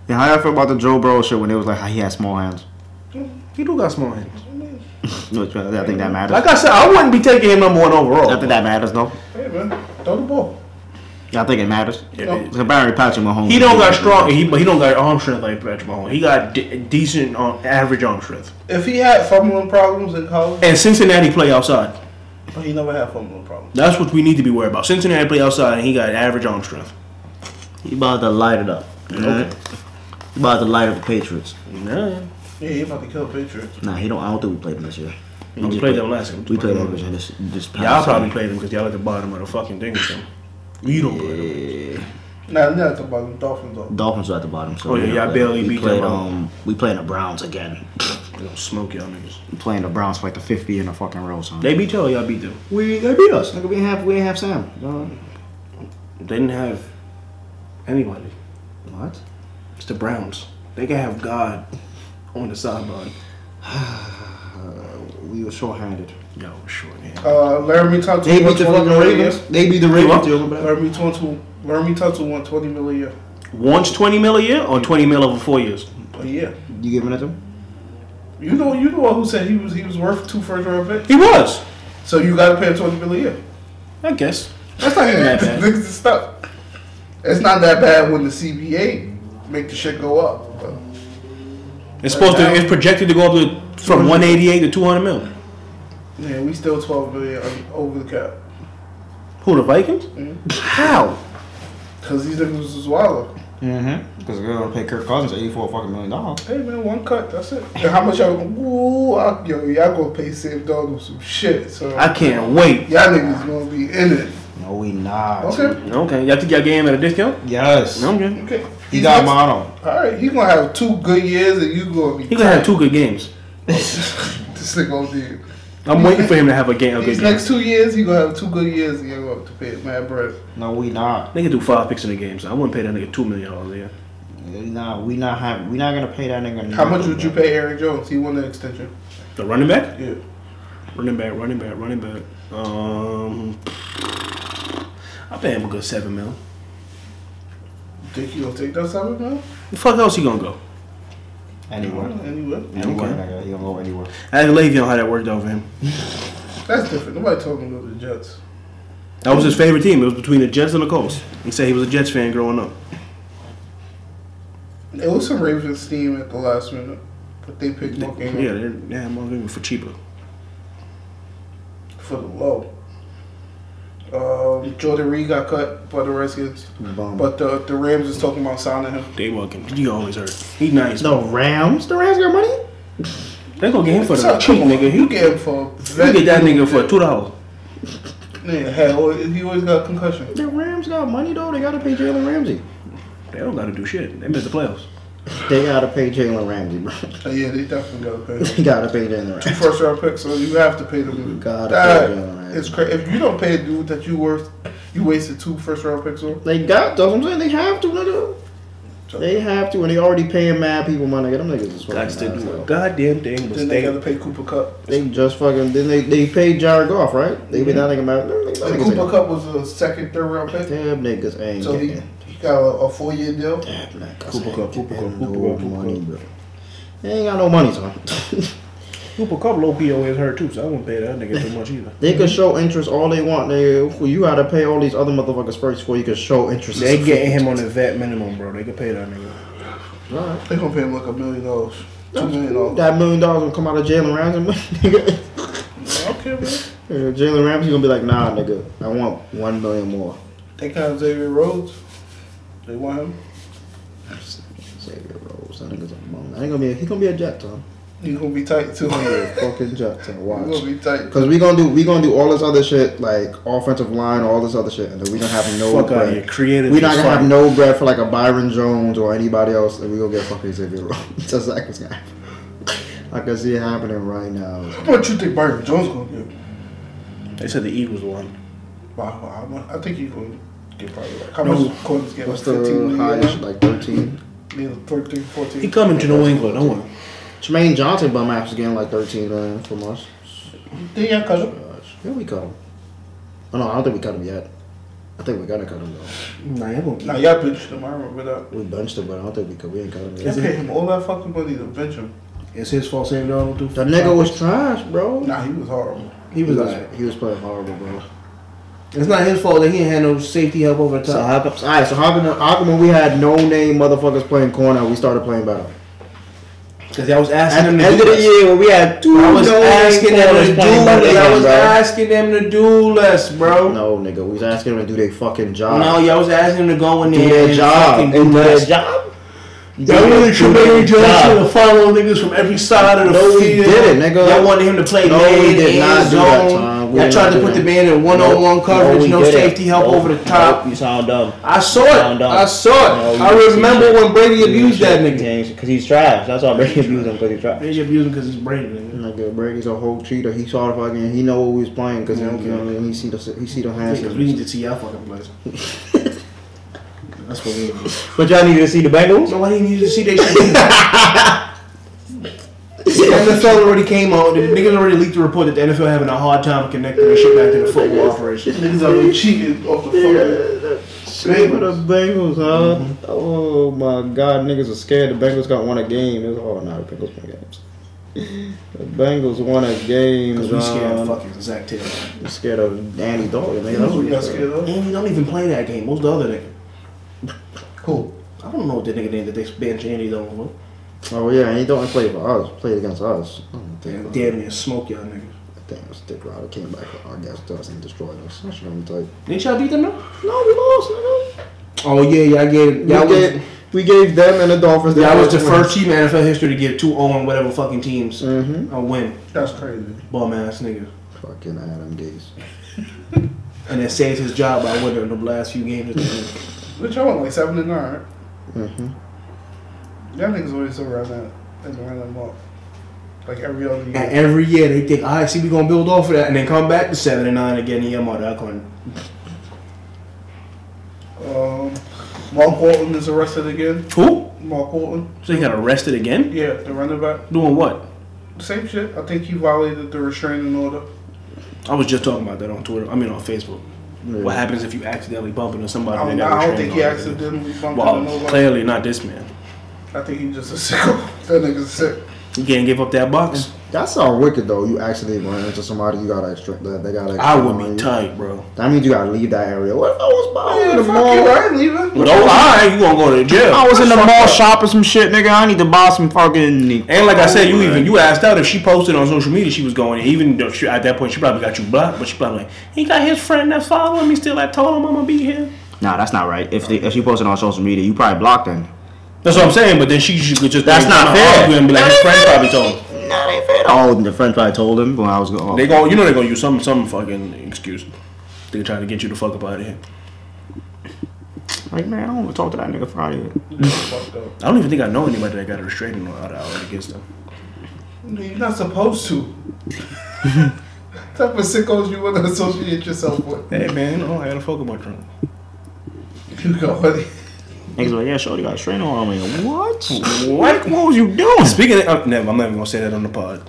S3: Yeah, how y'all feel about the Joe Burrow shit when it was like how he had small hands?
S2: He do got small hands.
S3: Which, uh, I think that matters.
S2: Like I said, I wouldn't be taking him number one
S3: I
S2: overall.
S3: think that matters though.
S1: Hey man, throw the ball.
S3: Yeah, I think it matters.
S2: Yeah.
S3: It's comparing Patrick Mahomes.
S2: He don't got strong. He but he don't got arm strength like Patrick Mahomes. He got de- decent on average arm strength.
S1: If he had fumbling problems in college,
S2: And Cincinnati play outside.
S1: but he never had fumbling problems.
S2: That's what we need to be worried about. Cincinnati play outside, and he got average arm strength.
S3: He about to light it up. Okay. He about to light up the Patriots.
S2: Nah,
S1: Yeah, he about to kill Patriots.
S3: Nah, he don't. I don't think we played him this year.
S2: we
S3: just
S2: played them last year.
S3: We played him this this past.
S2: Y'all probably played him because y'all at the bottom of the fucking thing or something. You don't play them.
S3: Yeah.
S1: Nah, now talking about the Dolphins though.
S3: Dolphins are at the bottom. So
S2: Oh, yeah,
S3: we
S2: y'all
S3: played-
S2: barely
S3: we
S2: beat
S3: played,
S2: them, huh?
S3: Um, we playing the Browns again.
S2: They don't smoke y'all niggas.
S3: We playing the Browns for like the fifth year in a fucking row, son.
S2: They beat y'all. Y'all beat them.
S3: we they beat us. Nigga, we ain't have we ain't have Sam. Uh,
S2: They didn't have anybody.
S3: what?
S2: It's the Browns. They can have God on the sideline.
S3: We were short-handed.
S2: Yo, short man.
S1: Uh, Laramie Tunsil.
S3: They beat the fucking Ravens. They beat the Ravens.
S2: You
S3: Yo,
S1: Laramie Tunsil. Laramie Tunsil won twenty million a year.
S2: Once twenty mil a year or twenty mil over four years.
S1: A year.
S3: You giving it to him?
S1: You know, you know who said he was he was worth two first round picks.
S2: He was.
S1: So you got to pay him twenty million a year.
S2: I guess. That's not even that bad.
S1: Niggas is stuck. It's not that bad when the CBA make the shit go up. but-
S2: It's supposed to. It's projected to go up to from one eighty eight to two hundred mil.
S1: Yeah, we still twelve million un- over the cap
S2: Who the Vikings? How?
S1: because these niggas was wilder.
S3: Mm-hmm. Because we're gonna pay Kirk Cousins eighty-four fucking million dollars.
S1: Hey man, one cut, that's it. And how much y'all gonna? Ooh, I, yo, y'all gonna pay Sam Donald some shit. So
S2: I can't wait.
S1: Y'all niggas gonna be in it.
S3: No, we not.
S1: Okay.
S2: Okay, y'all think y'all game at a discount?
S3: Yes.
S2: Okay.
S1: Okay.
S3: He got
S1: He's-
S3: mono.
S1: All right, he gonna have two good years, and you gonna be.
S2: He gonna have two good games.
S1: This nigga gonna be.
S2: I'm waiting for him to have a game. A good
S1: These
S2: game.
S1: next two years, he gonna have two good years, and you're gonna have to pay his mad bread.
S3: No, we not.
S2: Nigga do five picks in a game, so I wouldn't pay that nigga two million dollars a year.
S3: Nah, we not have. We not gonna pay that nigga.
S1: How much would you pay Aaron Jones? He won the extension.
S2: The running back,
S1: Yeah.
S2: running back, running back, running back. Um, I pay him a good seven mil.
S1: Think he gonna take that seven mil?
S2: The fuck else he gonna go?
S3: Anywhere.
S1: Anyway,
S3: Anywhere, nigga. He gonna go anywhere.
S2: I had Le'Veon how that worked out for him.
S1: that's different. Nobody told him to go to the Jets.
S2: That was his favorite team. It was between the Jets and the Colts. He said he was a Jets fan growing up.
S1: It was some Ravens team at the last minute, but they picked
S2: Yeah,
S1: Mark Ingram
S2: they're, yeah, I'm arguing for cheaper.
S1: for the low. Um, Jordan Reed got cut by the Redskins,
S3: Bum.
S1: but the the Rams is talking about signing him.
S2: They welcome. You always hurt. He nice.
S3: The Rams. The Rams got money.
S2: They gonna get him for the
S1: So,
S2: cheap
S1: come on,
S2: nigga. He,
S1: You
S2: you
S1: get him for
S2: get that nigga for two dollars.
S1: Yeah, hell, he always got concussion.
S3: The Rams got money though. They gotta pay Jalen Ramsey.
S2: They don't gotta do shit. They missed the playoffs.
S3: They gotta pay Jalen Ramsey, bro.
S1: Uh, yeah, they definitely got to pay him.
S3: they gotta pay Jalen
S1: Two
S3: Ramsey.
S1: first round picks, so you have to pay them.
S3: Gotta
S1: that
S3: pay them, right?
S1: it's crazy. If you don't pay a dude that you worth, you wasted two first round picks on.
S3: They got. That's what I'm saying. They have to. Nigga. They have to, and they already paying mad people money. Them niggas is
S2: That's to
S3: fucking
S2: do a
S3: assholes.
S2: goddamn thing but
S1: Then they got to
S2: stay.
S1: pay Cooper Cup.
S3: They just fucking. Then they they paid Jared Goff, right? They been not thinking about. them niggas- them
S1: Like
S3: niggas
S1: Cooper
S3: ain't-
S1: Cup was a second, third round pick.
S3: Them niggas ain't
S1: So he,
S3: getting.
S1: he got a, a four year deal.
S3: Damn, niggas
S2: Cooper
S3: ain't
S2: Cup, Cooper
S3: getting
S2: Cup, Cooper
S3: no
S2: Cup, Cooper
S3: money, bro. They ain't got no money, son.
S2: Cooper Cup low PO is hurt too, so I wouldn't pay that nigga too much either.
S3: They could show interest all they want. They, you gotta pay all these other motherfuckers first before you can show interest.
S2: They getting him on the vet minimum, bro. They could pay that nigga.
S1: They gonna pay him like a million dollars, two million dollars.
S3: That million dollars gonna come out of Jalen Ramsey. nigga.
S1: Okay, man.
S3: Yeah, Jalen Ramsey gonna be like, nah, nigga, I want one million more.
S1: They got Xavier Rhodes. They want him.
S3: Xavier Rose, that nigga's a mum. That ain't gonna be. A, he gonna be a jet ton.
S1: He's gonna be tight too. He's
S3: Fucking jet ton. Watch.
S1: gonna be tight.
S3: Cause we gonna do we gonna do all this other shit like offensive line, all this other shit, and then we gonna have no
S2: Fuck out of here.
S3: bread.
S2: Creative.
S3: We not gonna
S2: fuck.
S3: have no bread for like a Byron Jones or anybody else, and we gonna get fucking Xavier Rhodes. That's like what's gonna happen. I can see it happening right now.
S1: How much you think Byron Jones gonna get?
S2: They said the Eagles won.
S1: Wow, wow, I'm- I think he's gonna get probably like how
S3: No.
S1: much Corners get?
S3: What's
S1: Like
S3: the
S1: fifteen
S3: highest?
S1: million.
S3: Like thirteen.
S1: Yeah, 13, 14.
S2: He coming to New England. No one.
S3: Jermaine Johnson bum ass is getting like thirteen million from us.
S1: Then y'all cut him.
S3: Gosh. Yeah, we cut him. Oh no, I don't think we cut him yet. I think we're gonna cut him though.
S2: Nah, they gonna keep-
S1: Nah, y'all benched him. I remember that.
S3: We benched him, but I don't think we could. We ain't cut him
S1: They
S3: yet.
S1: paid him all that fucking money to bench him.
S2: It's his fault. Sam Donald do.
S3: The nigga was trash, bro.
S1: Nah, he was horrible.
S2: He
S3: He
S2: was.
S3: was,
S2: alright.
S3: he was playing horrible, bro.
S2: It's not his fault that he ain't had no safety help over the
S3: So
S2: top.
S3: how come? All right, so how come, how come when we had no name motherfuckers playing corner, we started playing better?
S2: Because I was
S3: At the
S2: asking him
S3: end
S2: to do
S3: of the
S2: less.
S3: year, when we had two
S2: I was
S3: no
S2: asking
S3: name
S2: them to
S3: corners
S2: do
S3: playing better
S2: less.
S3: than
S2: I
S3: him,
S2: was
S3: bro.
S2: asking them to do less, bro.
S3: No, nigga, we was asking them to do their fucking job.
S2: No, y'all was asking him to go in
S3: do
S2: there
S3: their
S2: and
S3: job.
S2: fucking
S3: And
S2: do
S3: do their
S2: less.
S3: job.
S2: Y'all wanted Tremaine Johnson to follow niggas from every side of the
S3: No,
S2: field.
S3: we didn't, nigga.
S2: Y'all wanted him to play
S3: No, we
S2: man
S3: did
S2: in
S3: not do that, Tom.
S2: zone.
S3: We
S2: Y'all
S3: did
S2: tried
S3: not
S2: to
S3: do
S2: put
S3: that.
S2: the man in one-on-one coverage,
S8: we
S2: no,
S8: didn't.
S2: safety help
S8: Nope.
S2: over the top.
S8: Nope, you sound dumb.
S2: I saw it.
S8: Sound dumb.
S2: I saw it.
S8: No,
S2: I
S8: you see
S2: remember
S8: shit.
S2: when Brady abused that nigga.
S8: Because he's trash. That's why Brady abused him because he's trash.
S2: Brady abused him because he's Brady, nigga.
S3: Nigga, Brady's a whole cheater. He saw the fucking. He know what we was playing because he, you know, what I mean? he see the he see the hands.
S2: Because we need to see y'all fucking plays. That's what we need.
S8: But y'all need to see the Bengals?
S2: So why didn't you just see they shit? The NFL already came out. The niggas already leaked the report that the NFL having a hard time connecting the shit back to the football operation.
S1: Niggas out here cheating off the fucking.
S3: Shit with the Bengals, huh? Oh my God, niggas are scared. The Bengals got won a game. It's oh no, the Bengals won games. The Bengals won a game.
S2: Because we scared of
S3: John.
S2: fucking Zach Taylor.
S3: We're scared of Danny Dalton. Man,
S1: That's what
S3: that's what
S1: we
S3: you're
S1: got
S3: scared.
S1: scared of.
S2: And he don't even play that game. What's the other nigga?
S1: Who?
S2: I don't know what the nigga name that they bench Andy Dalton for.
S3: Oh yeah, and he don't play for us. Played against us. Oh, damn, damn,
S2: Damn near smoke y'all niggas.
S3: damn, Dick Ryder came back for our guest us and destroyed us. That's what I'm like.
S2: Didn't y'all beat them though?
S3: No, we lost. Nigga.
S2: Oh yeah, y'all gave y'all
S3: we,
S2: was,
S3: gave, we gave them and the Dolphins.
S2: y'all was the first team in NFL history to give two on whatever fucking teams
S3: Mhm.
S2: a win.
S1: That's crazy.
S2: Bum ass niggas.
S3: Fucking Adam Gase.
S2: And that saves his job by winning the last few games. That
S1: Which y'all went like seven and nine. right?
S3: Mm-hmm.
S1: Y'all niggas always around that and around them up. Like every other
S2: and
S1: year.
S2: every year they think, all right, see, we gonna build off of that, and then come back to seven and nine again. Yeah, mother, I couldn't.
S1: Um, Mark Walton is arrested again.
S2: Who?
S1: Mark Walton.
S2: So he got arrested again?
S1: Yeah, the running back.
S2: Doing what?
S1: Same shit. I think he violated the restraining order.
S2: I was just talking about that on Twitter. I mean, on Facebook. What happens if you accidentally bump into somebody?
S1: I don't,
S2: and
S1: know,
S2: they
S1: I
S2: never
S1: don't think
S2: trained
S1: he
S2: on it?
S1: accidentally bumped into
S2: Well,
S1: nobody.
S2: clearly not this man.
S1: I think he just a sicko. that nigga's sick.
S2: He can't give up that box.
S3: That sound wicked though. You actually run into somebody. You gotta extra. That they gotta.
S2: I would
S3: extra-
S2: be tight, bro.
S3: That means you gotta leave that area. What if I was buying
S1: Yeah,
S3: in the
S1: fuck you,
S3: mall?
S1: I ain't leaving.
S2: No lie, oh, you gonna go to jail.
S8: I was in the mall shopping some shit, nigga. I need to buy some fucking.
S2: And like I said, you even you asked out if she posted on social media she was going. in. Even though she, at that point she probably got you blocked, but she probably like he got his friend that's following me still. I told him I'm gonna be here.
S8: Nah, that's not right. If, they, if she posted on social media, you probably blocked her.
S2: That's what I'm saying. But then she, she could just
S8: That's
S2: they
S8: not
S2: gonna
S8: fair.
S2: argue And be like his friend probably told. him.
S8: Oh, the friend probably told him when I was going.
S2: They going you know they're gonna use some some fucking excuse. They're trying to get you the fuck up out of here.
S8: Like, man, I don't want to talk to that nigga Friday.
S1: Fucked up.
S2: I don't even think I know anybody that got a restraining order out against them.
S1: You're not supposed to. type of sickos you want to associate yourself with.
S2: Hey man, oh I had a fuck about drunk.
S1: You go, honey.
S8: Niggas like, yeah, Shorty got a strain on me. What? what? What was you doing?
S2: Speaking of, uh, never, I'm not even gonna say that on the pod.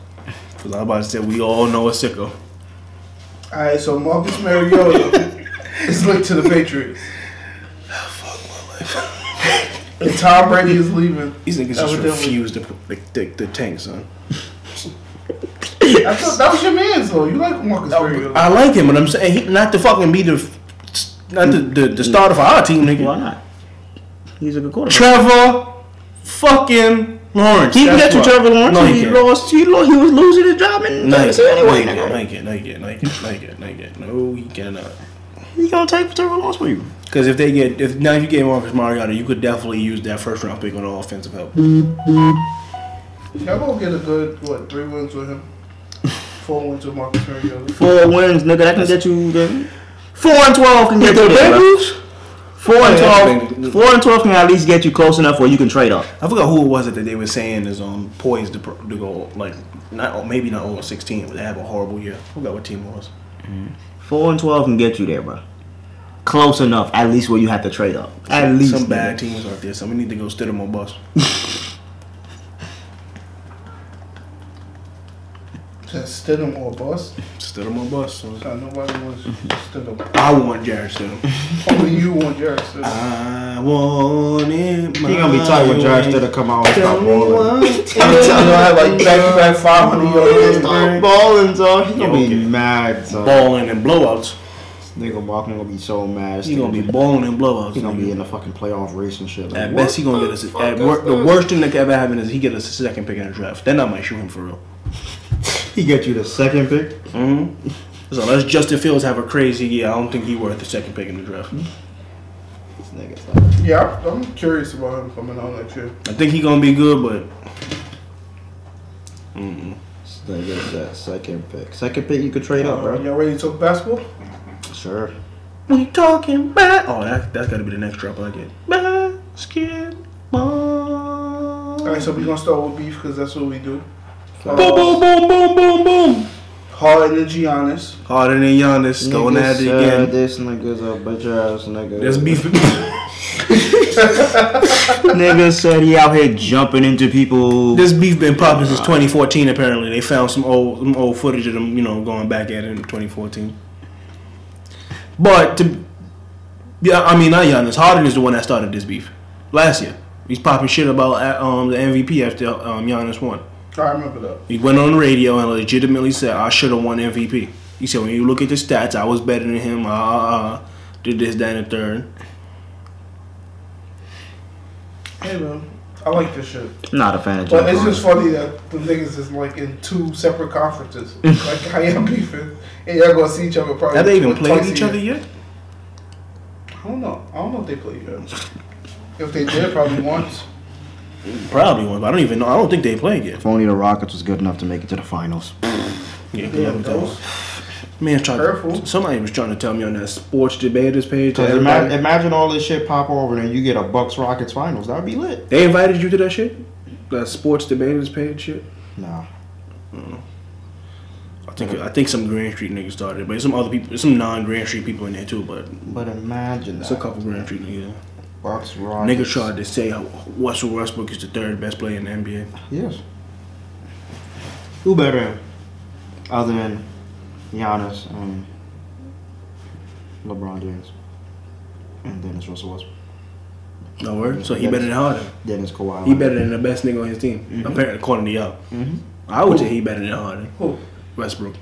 S2: Cause I'm about to say we all know a
S1: All
S2: sicko.
S1: right, so Marcus Mariota is linked to the Patriots. Fuck my life. And Tom Brady is leaving.
S2: These
S1: That
S2: niggas just
S1: was definitely-
S2: refuse to put the, the, the tank, son.
S1: I thought that was your man's though. You like Marcus Mariota.
S2: I like him, but I'm saying he, not to fucking be the not the, the, the starter for our team, nigga.
S6: Why not? He's a good quarterback.
S2: Trevor fucking Lawrence.
S6: he can get
S2: That's
S6: you
S2: why.
S6: Trevor Lawrence.
S2: No,
S6: he,
S2: he can't.
S6: lost. He, lo- he was losing his job in
S2: No, he
S6: Tennessee
S2: can't.
S6: anyway. nigga.
S2: No, he can't. No, he can't. No, he can't. No, he can't. No, he can't. No, he cannot.
S6: He gonna take Trevor Lawrence for you.
S2: Because if they get if now if you get Marcus Mariota, you could definitely use that first round pick on the offensive help.
S1: Y'all gonna get a good what three wins with him, four wins with Marcus Mariota.
S6: Four wins, nigga. That can get you. The, four and twelve can get
S2: The
S6: you. there, bro.
S2: Bengals?
S6: Four and
S2: Yeah,
S6: twelve.
S2: Bengals.
S6: Four and twelve can at least get you close enough where you can trade up.
S2: I forgot who it was that they were saying is um poised to, pro- to go like not or maybe not over sixteen, but they have a horrible year. I forgot what team it was.
S6: Four and twelve can get you there, bro. Close enough, at least where you have to trade up. At least
S2: some bad
S6: nigga.
S2: teams out there. So we need to go steal them on bus.
S1: Just Stidham or bust.
S2: Steal them on bus. So
S1: Nah, nobody wants Stidham.
S2: I want Jared Stidham.
S1: Only you want Jared Stidham.
S2: I want him.
S3: He gonna be tight when Josh Stetter come out and stop balling.
S1: I'm telling you, I had like back to back 500
S3: Stop
S1: yards.
S3: balling, dog. He gonna
S2: Yeah,
S3: be
S2: okay.
S3: mad, dog.
S2: balling and blowouts.
S3: This nigga Malcolm gonna be so mad. This
S2: He gonna be
S3: nigga-
S2: balling and blowouts.
S3: He gonna be
S2: nigga.
S3: in the fucking playoff race and shit. Like,
S2: At
S3: what?
S2: best, he gonna get us. At wor- the worst thing that could ever happen is he get us a second pick in the draft. Then I might shoot him for real.
S3: He get you the second pick.
S2: Mm-hmm. So let's Justin Fields have a crazy year. I don't think he worth the second pick in the draft.
S3: Mm-hmm. This nigga's like,
S1: Yeah, I'm I'm curious about him coming out next year.
S2: I think he gonna be good, but
S3: this nigga's that second pick. Second pick, you could trade up,
S1: Uh,
S3: bro.
S1: y'all ready to talk basketball?
S3: Sure.
S2: we talking about. Oh, that that's gotta be the next drop I get. Basketball.
S1: All right, so we're gonna start with beef because that's what we do. Um,
S3: uh,
S2: Boom, boom, boom, boom, boom, boom.
S1: Harden and Giannis.
S2: Harder than Giannis. Going
S3: Nigga
S2: at it
S3: said
S2: again.
S3: This nigga's a bitch ass nigga.
S2: That's beef.
S6: Nigga said he out here jumping into people.
S2: This beef been popping since 2014. Apparently, they found some old some old footage of them, you know, going back at it in 2014. But to, yeah, I mean, not Giannis. Harden is the one that started this beef last year. He's popping shit about uh, um, the MVP after um, Giannis won.
S1: I remember that.
S2: He went on the radio and legitimately said, "I should have won MVP." He said, "When you look at the stats, I was better than him. Uh, uh, uh, did this, that, and the third.
S1: Hey man, I like this shit.
S6: Not a fan of
S1: But it's
S6: James
S1: just funny that the niggas is like in two separate conferences. like how y'all beefing, and y'all gonna see each other probably.
S2: Have they even
S1: twice
S2: played
S1: a
S2: each
S1: year.
S2: other yet?
S1: I don't know. I don't know if they played yet. If they did, probably once.
S2: Probably one, but I don't even know. I don't think they played yet.
S6: If only the Rockets was good enough to make it to the finals.
S2: Yeah,
S1: Yeah,
S2: yeah,
S1: those.
S2: Man, trying
S1: Careful.
S2: somebody was trying to tell me on that sports debaters page. that
S3: Cause ima-
S2: everybody-
S3: imagine all this shit pop over and you get a Bucks Rockets finals. That'd be lit.
S2: They invited you to that shit, that sports debaters page shit.
S3: Nah.
S2: I think I think some Grand Street niggas started, but some other people, some non Grand Street people in there too. But
S3: But imagine
S2: it's
S3: that.
S2: a couple Grand Street niggas.
S3: Bucks Rockets.
S2: Niggas tried to say how Russell Westbrook is the third best player in the NBA.
S3: Yes. Who better than- other than Giannis and LeBron James and Dennis Russell Westbrook?
S2: No word. So he better than Harden.
S3: Dennis Kawhi.
S2: He better than the best nigga on his team. Apparently, according to y'all, I would say he better than Harden.
S1: Who?
S2: Westbrook.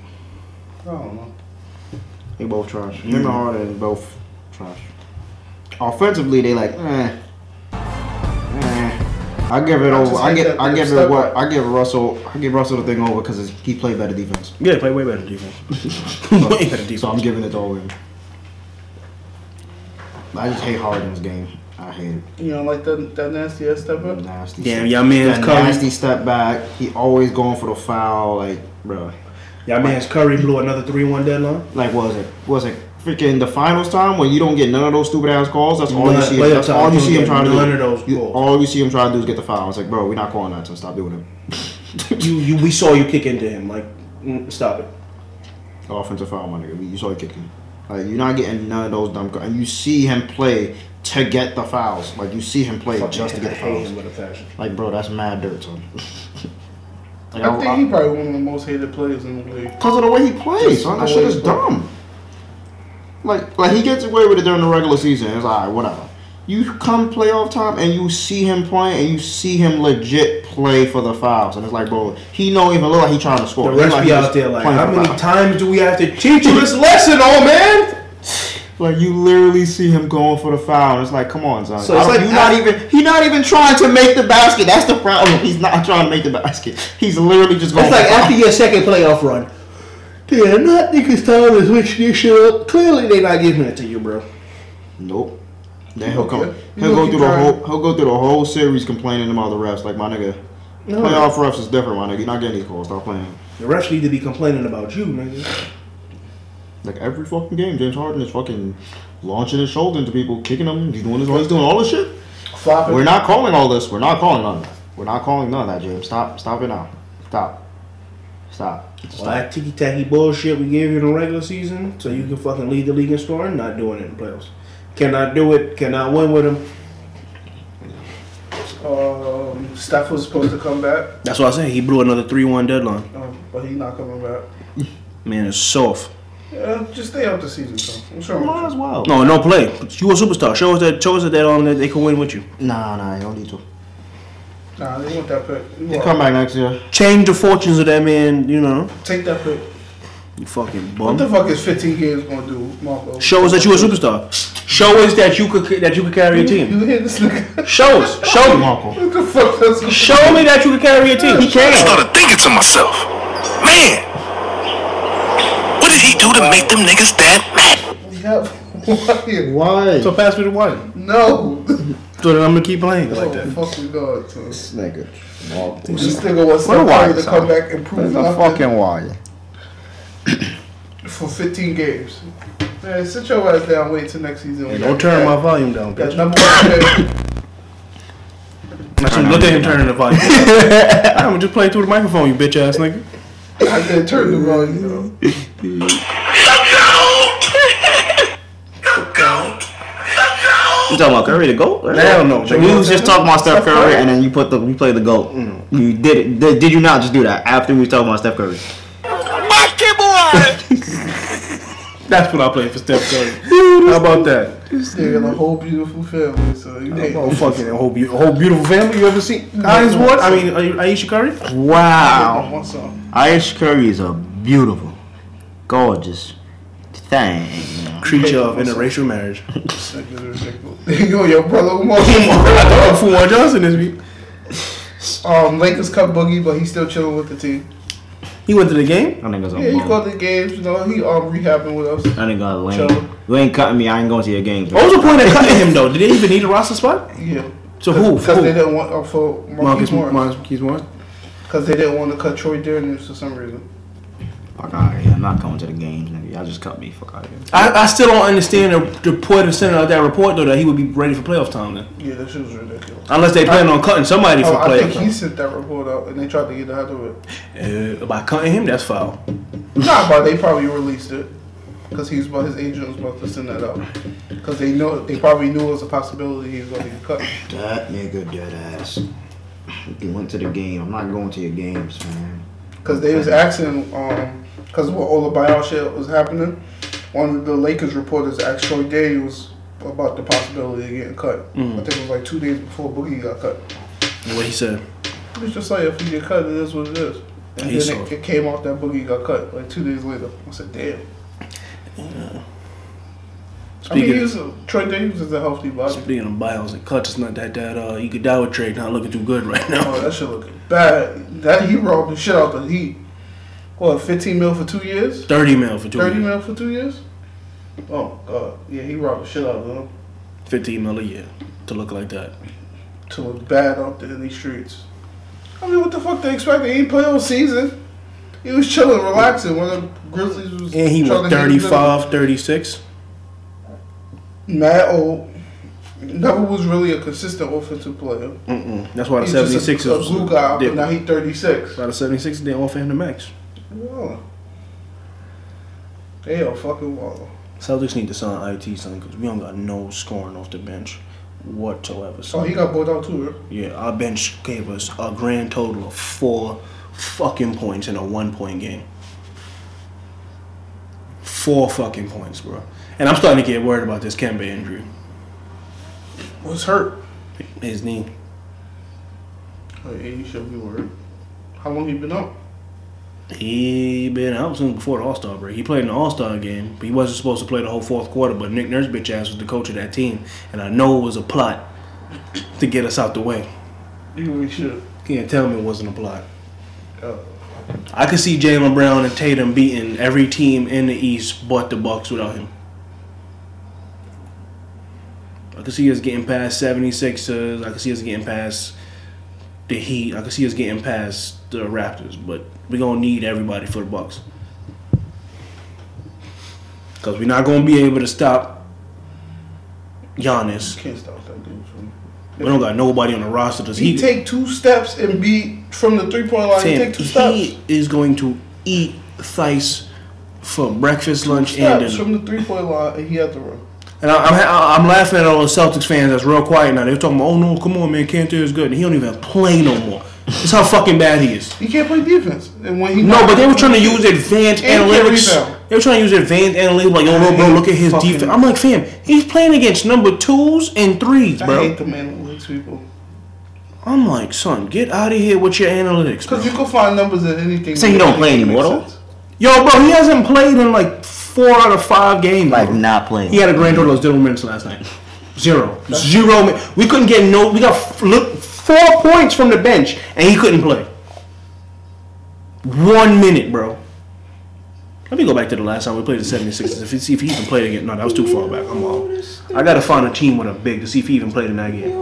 S1: I don't know.
S3: They both trash. Him and Harden both trash. Offensively, they like eh. eh. I give it
S1: I just
S3: over. I
S1: hate
S3: give.
S1: that
S3: I
S1: they
S3: give it
S1: stuck
S3: what.
S1: up.
S3: I give Russell. I give Russell the thing over because he played better defense.
S2: Yeah, play way better defense. way better defense.
S3: So I'm giving it to all him. I just hate Harden's game. I hate it.
S1: You know, like that that nasty ass step up.
S3: Nasty.
S2: Damn,
S3: step-
S2: y'all man's
S3: that
S2: Curry.
S3: nasty step back. He always going for the foul. Like, bro.
S2: Y'all man's Curry blew another three-one deadline.
S3: Like, what was it? What was it freaking the finals time when you don't get none of those stupid ass calls? That's all you
S2: None-
S3: see.
S2: playoff
S3: That's
S2: time,
S3: all
S2: you
S3: you see
S2: don't
S3: him
S2: get
S3: trying to
S2: none
S3: do.
S2: of those
S3: You-
S2: calls.
S3: all you see him trying to do is get the foul. It's like, bro, we're not calling that. So stop doing it.
S2: you, you we saw you kick into him. Like, mm, stop it.
S3: Offensive foul, my nigga. You saw it kicking. Like, you're not getting none of those dumb calls. And you see him play to get the fouls. Like, you see him play just to get the fouls.
S2: with a passion.
S3: Like, bro, that's mad dirt, son. like,
S1: I think he probably one of the most hated players in the league.
S3: because of the way he plays, son. That
S1: the
S3: shit
S1: way
S3: is
S1: he plays.
S3: dumb. Like, like he gets away with it during the regular season. It's all right, whatever. You come playoff time and you see him playing and you see him legit play for the fouls and it's like bro he don't even look like he trying to score.
S2: The
S3: He
S2: refs
S3: like
S2: be
S3: he's
S2: out there like,
S3: playing
S2: how
S3: for
S2: many
S3: fouls.
S2: times do we have to teach you this lesson, old man?
S3: Like you literally see him going for the foul, and it's like, come on, son.
S2: So it's
S3: I don't-
S2: like-
S3: you not even he not even trying to make the basket. That's the problem. He's not trying to make the basket. He's literally just going.
S9: It's like
S3: for the
S9: after your second playoff run. Yeah, not niggas telling us which you should. Clearly, they not giving it to you, bro.
S3: foul. nope. Then he'll
S1: Okay.
S3: come.
S1: You
S3: He'll
S1: gonna
S3: go
S1: keep
S3: through the
S1: trying.
S3: whole. He'll go through the whole series complaining about the refs. Like my nigga,
S2: No.
S3: playoff refs is different. My nigga, you're not getting these calls. Stop playing.
S2: The refs need to be complaining about you, nigga.
S3: Like every fucking game, James Harden is fucking launching his shoulder into people, kicking them. He's doing this. He's doing all this shit.
S1: Flopping.
S3: We're not calling all this. We're not calling none of that. We're not calling none of that, James. Stop. Stop it now. Stop. Stop. Just
S2: All
S3: Stop.
S2: that ticky tacky bullshit we gave you in the regular season, so you can fucking lead the league in scoring. Not doing it in playoffs. Cannot do it. Cannot win with them.
S1: Um, Steph was supposed to come back,
S2: That's what I say. He blew another three-one deadline.
S1: um, but he's not coming back.
S2: Man, it's soft.
S1: Yeah, just stay out the season, son. What's wrong
S3: Might
S1: with
S3: as well.
S2: No, no play. You a superstar. Show us that. Show us that they, um, that they can win with you.
S3: Nah, nah, you don't need to.
S1: you? Nah, they want that pick. You
S3: They
S1: are-
S3: come back next year.
S2: Change the fortunes of that man. You know,
S1: Take that pick.
S2: you fucking
S1: What
S2: bum.
S1: the fuck is 15 games gonna do, Marco?
S2: Show us that you a superstar. Show us that you could that you could carry a team.
S1: You hear this nigga?
S2: Show us. Show me.
S3: Marco.
S1: what the fuck does he
S2: Show me that you can carry a team. He
S10: I
S2: can.
S10: started thinking to myself, man, what did he do to make them niggas that mad?
S1: have? Why?
S3: Why?
S2: So pass me the one.
S1: No.
S2: So then I'm gonna keep playing like
S1: Oh,
S2: that.
S1: fuck we God, son.
S3: This nigga.
S1: This nigga wants
S3: What a
S1: somebody
S3: wire,
S1: to
S3: son.
S1: come back and prove
S3: It's a
S1: nothing
S3: fucking wire.
S1: for 15 games. Man, sit your ass down. Wait till next season. when
S2: Don't
S1: that-
S2: turn my
S1: that-
S2: volume down,
S1: That
S2: bitch.
S1: number one pick.
S2: Actually, look at him turning the volume. down. I'm just playing through the microphone, you bitch ass nigga.
S1: I said turn the volume down.
S3: You talking about Curry the goat?
S2: Hell no,
S3: So
S2: nigga.
S3: we was just talking about Steph Curry, and then you put the you play the goat.
S6: Mm.
S3: You did it. Did, did you not just do that after we was talking about Steph Curry?
S2: That's what I play for Steph Curry. How about that?
S1: This nigga got a whole beautiful family, so you ain't.
S2: Oh fucking whole, be- whole beautiful family you ever seen. Eyes what? I mean, Ai- Aisha Curry.
S1: I
S3: Wow.
S1: want some.
S3: Aisha Curry is a beautiful, gorgeous thing. you know.
S2: Creature of interracial marriage.
S1: This nigga is ridiculous. you and your brother Umar.
S2: I thought Fuad Johnson this week.
S1: Um, Lakers cut Boogie, but he's still chilling with the team.
S2: He went to the game.
S3: That nigga's a
S1: Yeah, he
S3: bum.
S1: called the games. You know, he um rehabbing with us.
S3: That nigga
S1: Chill.
S3: lame. You ain't cutting me. I ain't going to your games.
S2: What was the point of cutting him though? Did they even need a roster spot?
S1: Yeah.
S2: So who?
S1: Because they
S2: who?
S1: didn't want uh, for Marcus
S2: Marcus
S1: Morris.
S2: Marcus Keys Morris.
S1: Because they didn't want to cut Troy Daniels for some reason.
S3: Fuck out of here. I'm not going to the games, nigga. Y'all just cut me. Fuck out of here.
S2: I, I still don't understand the, the point of sending out that report though that he would be ready for playoff time then.
S1: Yeah, that shit was ridiculous.
S2: Unless they plan on cutting somebody for
S1: Oh, I think
S2: playoff
S1: he
S2: time.
S1: sent that report out, and they tried to get out of it.
S2: Uh, by cutting him, that's foul.
S1: Nah, but they probably released it because he's about his agent was about to send that out because they know they probably knew it was a possibility he was going to get cut.
S3: That nigga dead ass. You went to the game. I'm not going to your games, man.
S1: Because they was asking, because what all the buyout shit was happening, one of the Lakers reporters asked Troy Daniels about the possibility of getting cut.
S2: Mm.
S1: I think it was like two days before Boogie got cut.
S2: What he said.
S1: It was just like, if you get cut, it is what it is. And
S2: He's
S1: then it,
S2: soft.
S1: it came off that Boogie got cut like two days later. I said, damn. I mean,
S2: Speaking-
S1: he's a, Troy Daniels is a healthy body.
S2: Speaking of buyouts and cuts, it's not that that uh, you could die with trade not looking too good right now.
S1: Oh, that shit looking bad. That he robbed the shit out the Heat. What, 15 mil for two years?
S2: Thirty mil for two
S1: 30
S2: years.
S1: mil for two years? Oh, God. Yeah, he robbed the shit out of them.
S2: Fifteen mil a year to look like that.
S1: to look bad out there in these streets. I mean, what the fuck they expect? They ain't play all season. He was chilling, relaxing when the Grizzlies was.
S2: And he
S1: trying
S2: was
S1: to hit his
S2: 35, 36.
S1: middle. Mad old. Never was really a consistent offensive player.
S2: Mm-mm. That's why the
S1: He's just
S2: 76
S1: a, a
S2: is
S1: glue guy,
S2: did-
S1: but now he 36.
S2: By the 76, they offer him the max.
S1: Yeah. They are fucking wild.
S2: Celtics need to sign IT son because we don't got no scoring off the bench whatsoever.
S1: Oh,
S2: So
S1: he got bought out too, right?
S2: yeah, our bench gave us a grand total of four fucking points in a one point game. Four fucking points, bro. And I'm starting to get worried about this Kemba injury.
S1: was hurt?
S2: His knee.
S1: Oh, yeah, you should be worried. How long he been up?
S2: He been out since before the All Star break. He played in the All Star game. But he wasn't supposed to play the whole fourth quarter. But Nick Nurse bitch ass was the coach of that team, and I know it was a plot to get us out the way.
S1: You really should.
S2: Can't tell me it wasn't a plot.
S1: Oh.
S2: I could see Jalen Brown and Tatum beating every team in the East but the Bucks without him. I could see us getting past 76ers. I could see us getting past the Heat. I could see us getting past the Raptors, but we're going to need everybody for the Bucks. Because we're not going to be able to stop Giannis.
S1: Can't stop that dude from.
S2: We don't got nobody on the roster. Does
S1: He take two steps and beat from the three point line. he
S2: Tim,
S1: take two steps.
S2: he is going to eat thice for breakfast, lunch, and
S1: steps
S2: dinner.
S1: from the three point line, and he had to run.
S2: And I, I'm, ha- I'm laughing at all the Celtics fans that's real quiet now. They're talking about, oh no, come on, man, Cantor is good. And he don't even play no more. That's how fucking bad he is.
S1: He can't play defense, and when he
S2: No, but they were trying to use advanced
S1: And he can't
S2: analytics.
S1: rebound.
S2: They were trying to use advanced analytics, like, yo, no, bro, look at his
S1: Fucking-
S2: defense. I'm like, fam, he's playing against number twos and threes,
S1: I
S2: bro.
S1: hate the analytics people
S2: I'm like, son, get out of here with your analytics, bro.
S1: because you can find numbers in anything.
S3: Say he don't play
S1: Makes
S3: anymore, though.
S1: sense.
S2: Yo, bro, he hasn't played in like four out of five games.
S3: Like
S2: bro.
S3: not playing.
S2: He had a grand total of zero minutes last night. Zero. Zero. mi- We couldn't get no. We got f- look, four points from the bench, and he couldn't play. One minute, bro. Let me go back to the last time we played the 76ers. If, see if he even played again. No, that was too far back. I'm off. I got to find a team with a big to see if he even played in that game.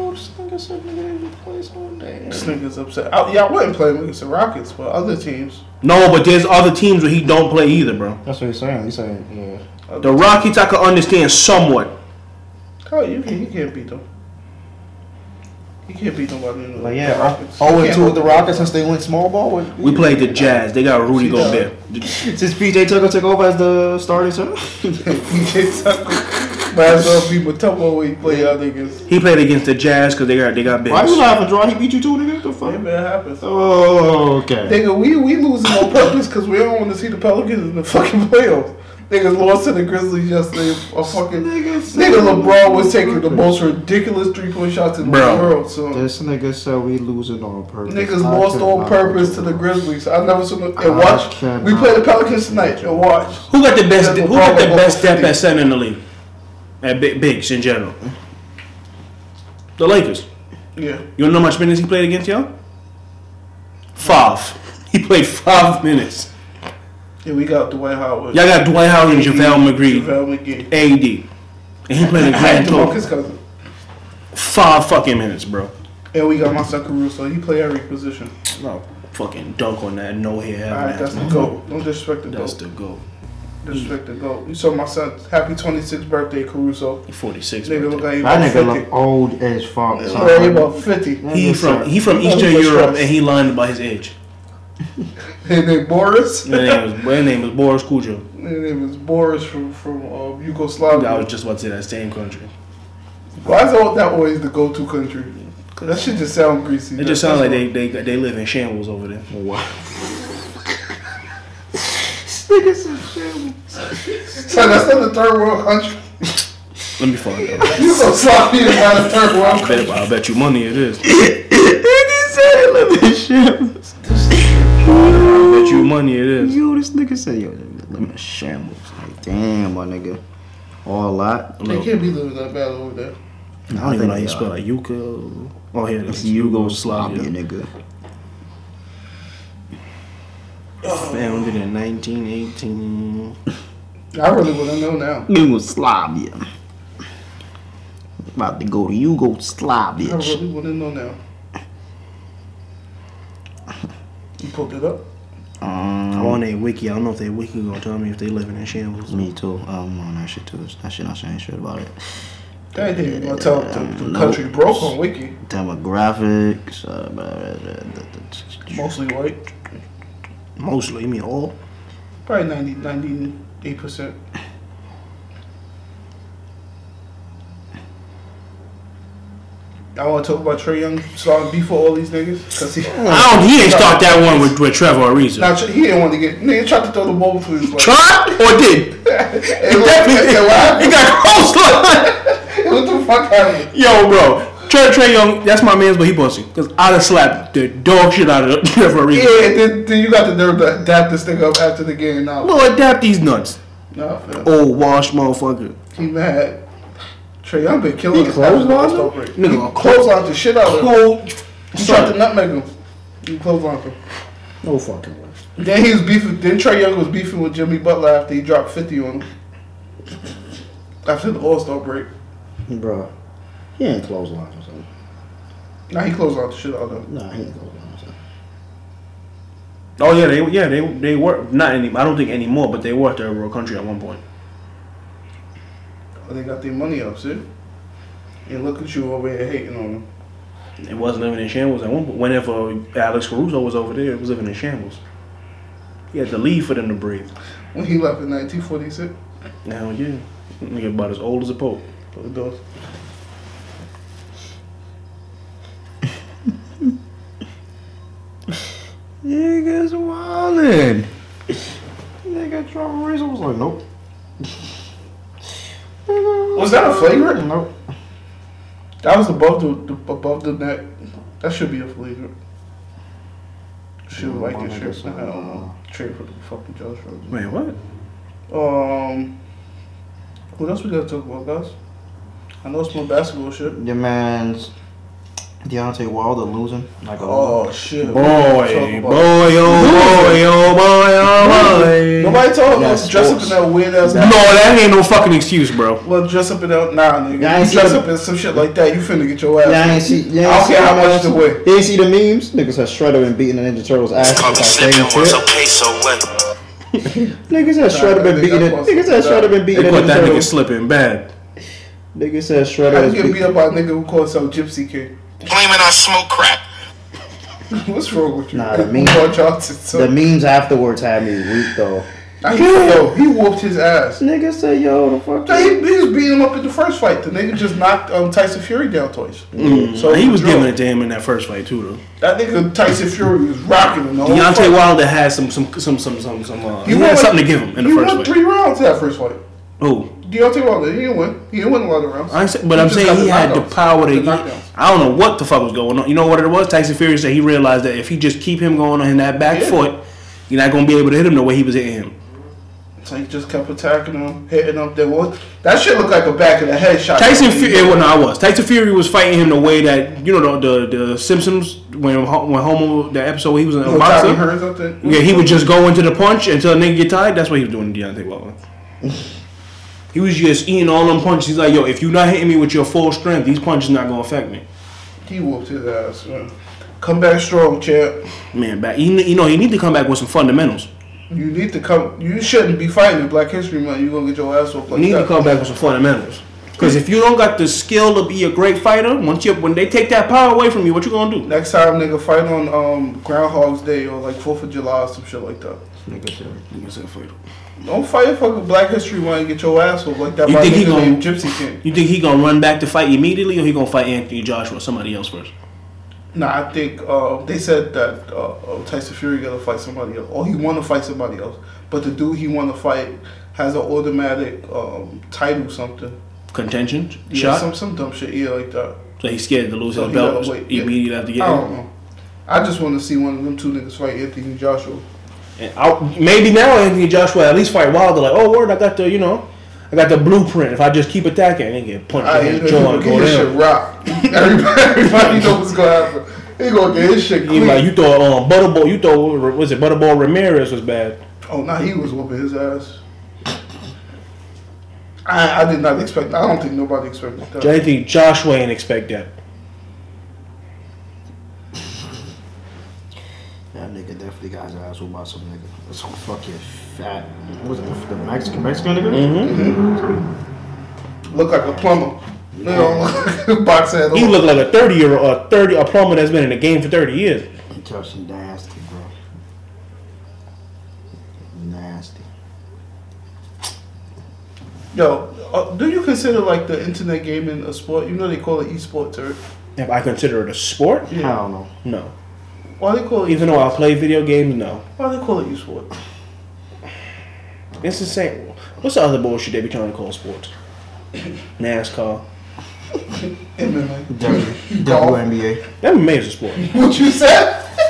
S1: This nigga's upset. I, yeah, I wouldn't play him against the Rockets, but other teams.
S2: No, but there's other teams where he don't play either, bro.
S6: That's what he's saying. He's saying, yeah.
S2: The Rockets, I could understand somewhat.
S1: Kyle, you can, he can't beat them. He can't beat nobody. in the-
S6: But
S1: the
S6: yeah,
S1: Rockets. He
S6: 0
S1: can't
S6: 2
S1: hold
S6: with the Rockets since they went small ball. With,
S2: We played the Jazz. They got Rudy Gobert.
S6: since PJ Tucker took over as the starting center.
S1: PJ Tucker. Might as well be Matumbo when he play out against.
S2: He played against the Jazz because they got they got bigs.
S6: Why you laughing, Draw? He beat you too, nigga. The fuck?
S1: Maybe it happens.
S6: Oh, okay.
S1: Nigga, we we losing on purpose because we don't want to see the Pelicans in the fucking playoffs. Niggas lost to the Grizzlies yesterday. A fucking nigga, LeBron was taking the most ridiculous three point shots in
S2: Bro.
S1: the world. So
S6: This nigga said we losing on purpose.
S1: niggas
S6: I
S1: lost on
S6: cannot
S1: purpose
S6: do
S1: to
S6: it.
S1: the Grizzlies. I never seen. And
S6: I
S1: watch, we
S6: cannot.
S1: play the Pelicans tonight. And watch.
S2: Who got the best?
S1: Yeah,
S2: Who got the
S1: LeBron
S2: best
S1: got
S2: step at center in the league? At big, bigs in general. The Lakers.
S1: Yeah,
S2: You don't know how much minutes he played against y'all? Five. He played five minutes.
S1: yeah, we got Dwight Howard.
S2: Y'all got Dwight Howard and JaVale McGree,
S1: Mm-hmm. JaVale McGee.
S2: AD, and he played a grand
S1: And
S2: total
S1: DeMarcus Cousins.
S2: five fucking minutes, bro.
S1: And we got my Caruso. He play every position.
S2: No fucking dunk on that no hair.
S1: All right, that's the goat. Don't disrespect the
S2: That's
S1: goat.
S2: the goal.
S1: Disrespect the goat. You saw my son. Happy 26th birthday, Caruso.
S2: Forty six.
S1: Nigga look like he
S6: That
S1: about
S6: nigga
S1: 50.
S6: look old as fuck. son.
S1: Bro, he about 50.
S2: He from he from
S1: He
S2: Eastern
S1: was
S2: Europe
S1: stressed.
S2: and he lined by his age.
S1: His name Boris.
S2: His name was his name was Boris Kujo.
S1: His name is Boris from, from uh,
S2: I was
S1: Yugoslavia.
S2: just about to say that same country.
S1: Why is all that always the go-to country? That shit just sound greasy.
S2: It just
S1: That's
S2: sounds like
S1: all.
S2: they, they they live in shambles over there.
S1: So that's not a third world country.
S2: Let me find out.
S1: Yugoslavia is not a third world
S2: I
S1: country.
S2: bet, I bet you money it is. I bet you money it is.
S6: Yo, this nigga said, yo, let me shambles. Like, damn, my nigga. All a lot.
S1: They can't be living that bad over there.
S2: I don't even know how you
S6: they
S2: spell like Yuko. Oh here it is.
S6: Yugoslavia, nigga.
S2: Founded in 1918.
S1: I really want to know now.
S6: Yugoslavia. About to go to
S1: I
S6: Yugoslavia.
S1: really want to know now. You pulled it up?
S2: I'm
S6: Um,
S2: on a wiki. I don't know if they wiki gonna tell me if they living in shambles.
S6: me too. I'm on that shit too. That shit not saying shit about it.
S1: They didn't even tell the, the
S6: Nope.
S1: country broke on Wiki.
S6: Demographics. Uh, blah, blah, blah, blah, blah.
S1: Mostly white.
S2: Mostly, I mean all.
S1: Probably 90, 98%. I want to talk about Trey Young starting beef for all these niggas. Cause he,
S2: I don't. He didn't start that one with, with Trevor Ariza.
S1: now, Trey- he didn't want to get. Nigga tried to throw the ball between his legs.
S2: Tried or
S1: It,
S2: did?
S1: was- it,
S2: It
S1: was-
S2: got close. Look.
S1: it What the fuck happened?
S2: Yo, bro. Trey, Trey Young, that's my man's, but he pussy. Because I'd have slapped the dog shit out of the referee.
S1: Yeah, then, then you got the nerve to adapt this thing up after the game. Now,
S2: Well, adapt these nuts.
S1: nah, fam.
S2: Old Oh, wash motherfucker.
S1: He mad. Trey Young been killing
S2: He
S1: us after the
S2: clotheslined
S1: All-Star
S2: him?
S1: break.
S2: Nigga,
S1: He clotheslined the shit out of him.
S2: Cool.
S1: He tried to
S2: Son,
S1: nutmeg him. He clotheslined him.
S3: No fucking way.
S1: Then he was beefing. Then Trey Young was beefing with Jimmy Butler after he dropped fifty on him. After the All Star break,
S3: Bro, he ain't clothesline or something.
S1: now he closed out the shit out of him.
S3: Nah, he ain't clothesline or something.
S2: oh yeah, they yeah they they were not any. I don't think anymore, but they were at the world country at one point.
S1: They got their money up, see. And look at you over here hating on him.
S2: It was living in shambles at one point. Whenever Alex Caruso was over there, it was living in shambles. He had to leave for them to breathe.
S1: When he left in 1946,
S2: Now yeah, nigga about as old as a pope.
S1: for the doors.
S3: Niggas wildin'. Nigga, Trevor Reason was like, nope.
S1: Was that a flagrant?
S3: Nope.
S1: That was above the, the above the net. That should be a flagrant. Should like
S3: my
S1: this
S3: nigga
S1: shit. I
S3: said,
S1: don't
S3: uh,
S1: know. Trade for the fucking Josh Rosen.
S2: Wait, what?
S1: Um, what else we gotta talk about, guys? I know it's more basketball shit.
S3: Your man's Deontay Wilder losing. Like a
S1: Oh shit!
S2: Boy, boy, oh boy, oh boy, oh boy.
S1: Nobody told him
S3: That's
S1: to dress up in
S3: sports.
S1: that weird ass.
S2: No, that ain't no fucking excuse, bro.
S1: Well, dress up in that nah, nigga.
S3: Yeah, I
S1: you
S3: ain't
S1: dress
S3: seen
S1: up in some shit like that, you finna get your ass.
S3: Yeah, I ain't see. Yeah,
S1: I don't
S3: see
S1: care how
S3: the
S1: much the weight.
S3: You ain't see the memes? Niggas had shredded and beating the Ninja Turtles ass.
S7: Cup
S3: Like,
S7: sipping
S3: damn,
S7: was a
S3: shit.
S7: peso. What?
S3: Niggas had shredded
S1: I
S3: and
S1: think
S3: beating.
S1: that's
S3: Niggas had
S1: what's-
S3: shredded and
S2: They
S3: beating the
S2: caught
S3: Ninja
S2: that nigga
S3: Turtles.
S2: slipping bad.
S3: Niggas had
S1: I
S3: shredded
S1: can
S3: and
S1: get beat
S3: beating.
S1: up by a nigga who calls himself Gypsy King.
S7: Claiming I smoke crack.
S1: What's wrong with you?
S3: Nah, the meme-
S1: Paul Johnson. So.
S3: The memes afterwards had me weak though.
S1: Nah, he, yo, he whooped his ass.
S3: Niggas said, "Yo, the fuck."
S1: Nah, He, he was beating him up in the first fight. The nigga just knocked um, Tyson Fury down twice.
S2: So Mm. he was
S1: drew.
S2: giving it to him in that first fight too, though.
S1: That nigga Tyson Fury was rocking him. the whole
S2: Deontay
S1: fight.
S2: Wilder had some some some some some some. Uh, he
S1: won
S2: had
S1: like-
S2: something to give him in the
S1: he
S2: first
S1: won
S2: fight.
S1: three rounds that first fight.
S2: oh,
S1: Deontay Wilder, he didn't win. He didn't win a lot of rounds.
S2: I ain't say, but I'm
S1: just got
S2: saying he had the
S1: knockouts.
S2: power to.
S1: The knockdowns.
S2: I don't know what the fuck was going on. You know what it was? Tyson Fury said he realized that if he just keep him going on that back
S1: Yeah.
S2: foot, you're not gonna be able to hit him the way he was hitting him.
S1: So he just kept attacking him, hitting him. There was that shit looked like a back of the head shot.
S2: Tyson Fury, eh, well, no, I was. Tyson Fury was fighting him the way that you know the the, the Simpsons when Ho- when Homo the episode he was in a
S1: Oh, Tommy
S2: boxer.
S1: Hearns up there.
S2: Yeah, he would just go into the punch until a nigga get tired. That's what he was doing to Deontay Wilder. he was just eating all them punches. He's like, yo, if you're not hitting me with your full strength, these punches not gonna affect me.
S1: He whooped his ass. Man. Come back strong, champ.
S2: Man, back you, kn- you know he need to come back with some fundamentals.
S1: You need to come. You shouldn't be fighting in Black History Month. You gonna get your ass whooped
S2: You
S1: like
S2: need
S1: that.
S2: to come back with some fundamentals. Because if you don't got the skill to be a great fighter, once you when they take that power away from you, what you gonna do?
S1: Next time, nigga, fight on um, Groundhog's Day or like Fourth of July or some shit like that. Don't fight a fucking Black History Month and get your ass whooped like that
S2: You
S1: by
S2: think he
S1: nigga
S2: gonna-
S1: named Gypsy King.
S2: You think he gonna run back to fight immediately, or he gonna fight Anthony Joshua or somebody else first?
S1: Nah, I think uh, they said that uh, uh, Tyson Fury gotta fight somebody else, or he want to fight somebody else. But the dude he want to fight has an automatic um, title something.
S2: Contention
S1: Yeah,
S2: shot.
S1: some some dumb shit. Yeah, like that.
S2: so he's scared to lose
S1: So
S2: his
S1: he gotta
S2: belt
S1: wait, yeah.
S2: immediately after
S1: I
S2: getting.
S1: don't know. I just want to see one of them two niggas fight Anthony Joshua.
S2: And I, maybe now Anthony Joshua at least fight Wilder. Like, oh word, I got the you know, I got the blueprint. If I just keep attacking, and get punched
S1: I
S2: in
S1: ain't
S2: his jaw
S1: gonna
S2: and
S1: get
S2: go
S1: his shit
S2: down.
S1: rocked. Everybody, everybody knows what's gonna happen. He gonna get his shit
S2: You
S1: clean.
S2: like you thought um, Butterball, you thought was it Butterball Ramirez was bad.
S1: oh, nah, he was whooping his ass. I, I did not expect. I don't think nobody expected that.
S2: Anthony Joshua ain't expect that.
S3: That nigga definitely got his ass whooped by some nigga. Some fucking fat. What was it? The Mexican Mexican nigga.
S1: look like a plumber. You know, look like a boxer had a
S2: He looked like a thirty year old, a thirty a plumber that's been in the game for thirty years.
S3: He touched him nasty, bro. Nasty.
S1: Yo, uh, do you consider like the internet gaming a sport? You know they call it esports, right?
S2: If I consider it a sport,
S3: I don't know.
S2: no.
S1: Why they call it?
S2: Even though I play video games, no.
S1: Why they call it esports?
S2: It's the same. What's the other bullshit they be trying to call sports? NASCAR.
S1: MMA.
S3: WNBA.
S2: MMA is a sport.
S1: What you said?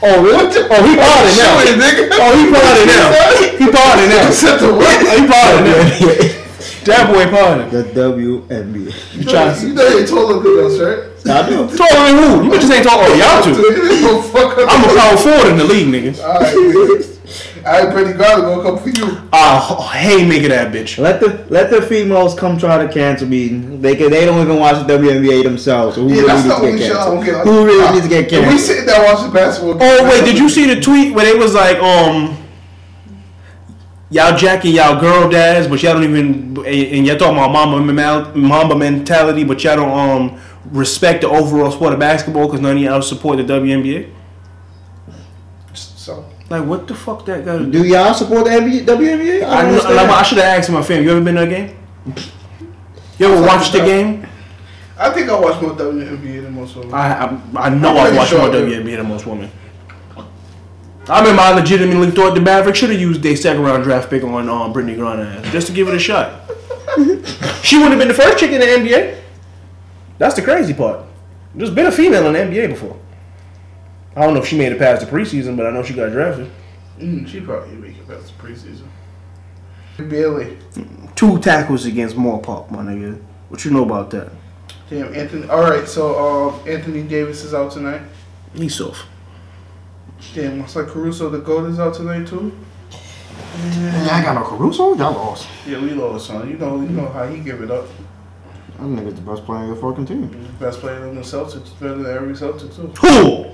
S2: Oh, really? Oh, he partying now.
S1: Shit, nigga.
S2: Oh, he partying now. He partying now.
S1: You said the what?
S2: He partying now. That boy partying.
S3: The WNBA.
S2: You trying to
S1: You know you ain't told them else, right?
S3: I do.
S2: Taller than who? You bitches ain't taller. Oh, y'all two.
S1: Go fuck up.
S2: I'm a power forward in the league, niggas.
S1: All right, nigga. All right, Brady Garland gonna come for you.
S2: Ah, haymaker that bitch.
S3: Let the let the females come try to cancel me. They can, they don't even watch the WNBA themselves. So who
S1: Yeah, that's the
S3: really
S1: only
S3: needs to
S1: shit
S3: get
S1: I don't
S3: canceled?
S1: get. Like,
S3: Who really needs to get
S1: If we
S3: canceled?
S1: sitting there watching basketball.
S2: Oh wait, did you see the tweet where they was like, um, y'all jacking y'all girl dads, but y'all don't even, and and y'all talking about mama memal- mama mentality, but y'all don't um respect the overall sport of basketball because none of y'all support the WNBA.
S1: So
S2: Like, what the fuck that got to do?
S3: Do y'all support the NBA, WNBA?
S2: I,
S3: don't
S2: kn-
S3: understand.
S2: like, I should have asked my fam. You ever been to a game? You ever watched the game?
S1: I think I watch more WNBA than most of them.
S2: I I, I know
S1: I'm
S2: I
S1: pretty
S2: watched
S1: sure
S2: more
S1: I do.
S2: WNBA than most women. I remember I legitimately thought the Mavericks should have used their second round draft pick on um, Brittany Griner just to give it a shot. she wouldn't have been the first chick in the NBA. That's the crazy part. There's been a female in the NBA before. I don't know if she made it past the preseason, but I know she got drafted.
S1: Mm, she probably make it past the preseason. Bailey,
S2: Two tackles against Moore Pop, my nigga. What you know about that?
S1: damn Anthony. All right, so um, Anthony Davis is out tonight.
S2: He's off.
S1: Damn, looks like Caruso the goat is out tonight too.
S3: Yeah, I got no Caruso. Y'all lost.
S1: Yeah, we lost son. You know, you know how he give it up.
S3: That nigga's the best player in your fucking team.
S1: Best player on the Celtics, better than every Celtic too.
S2: Who?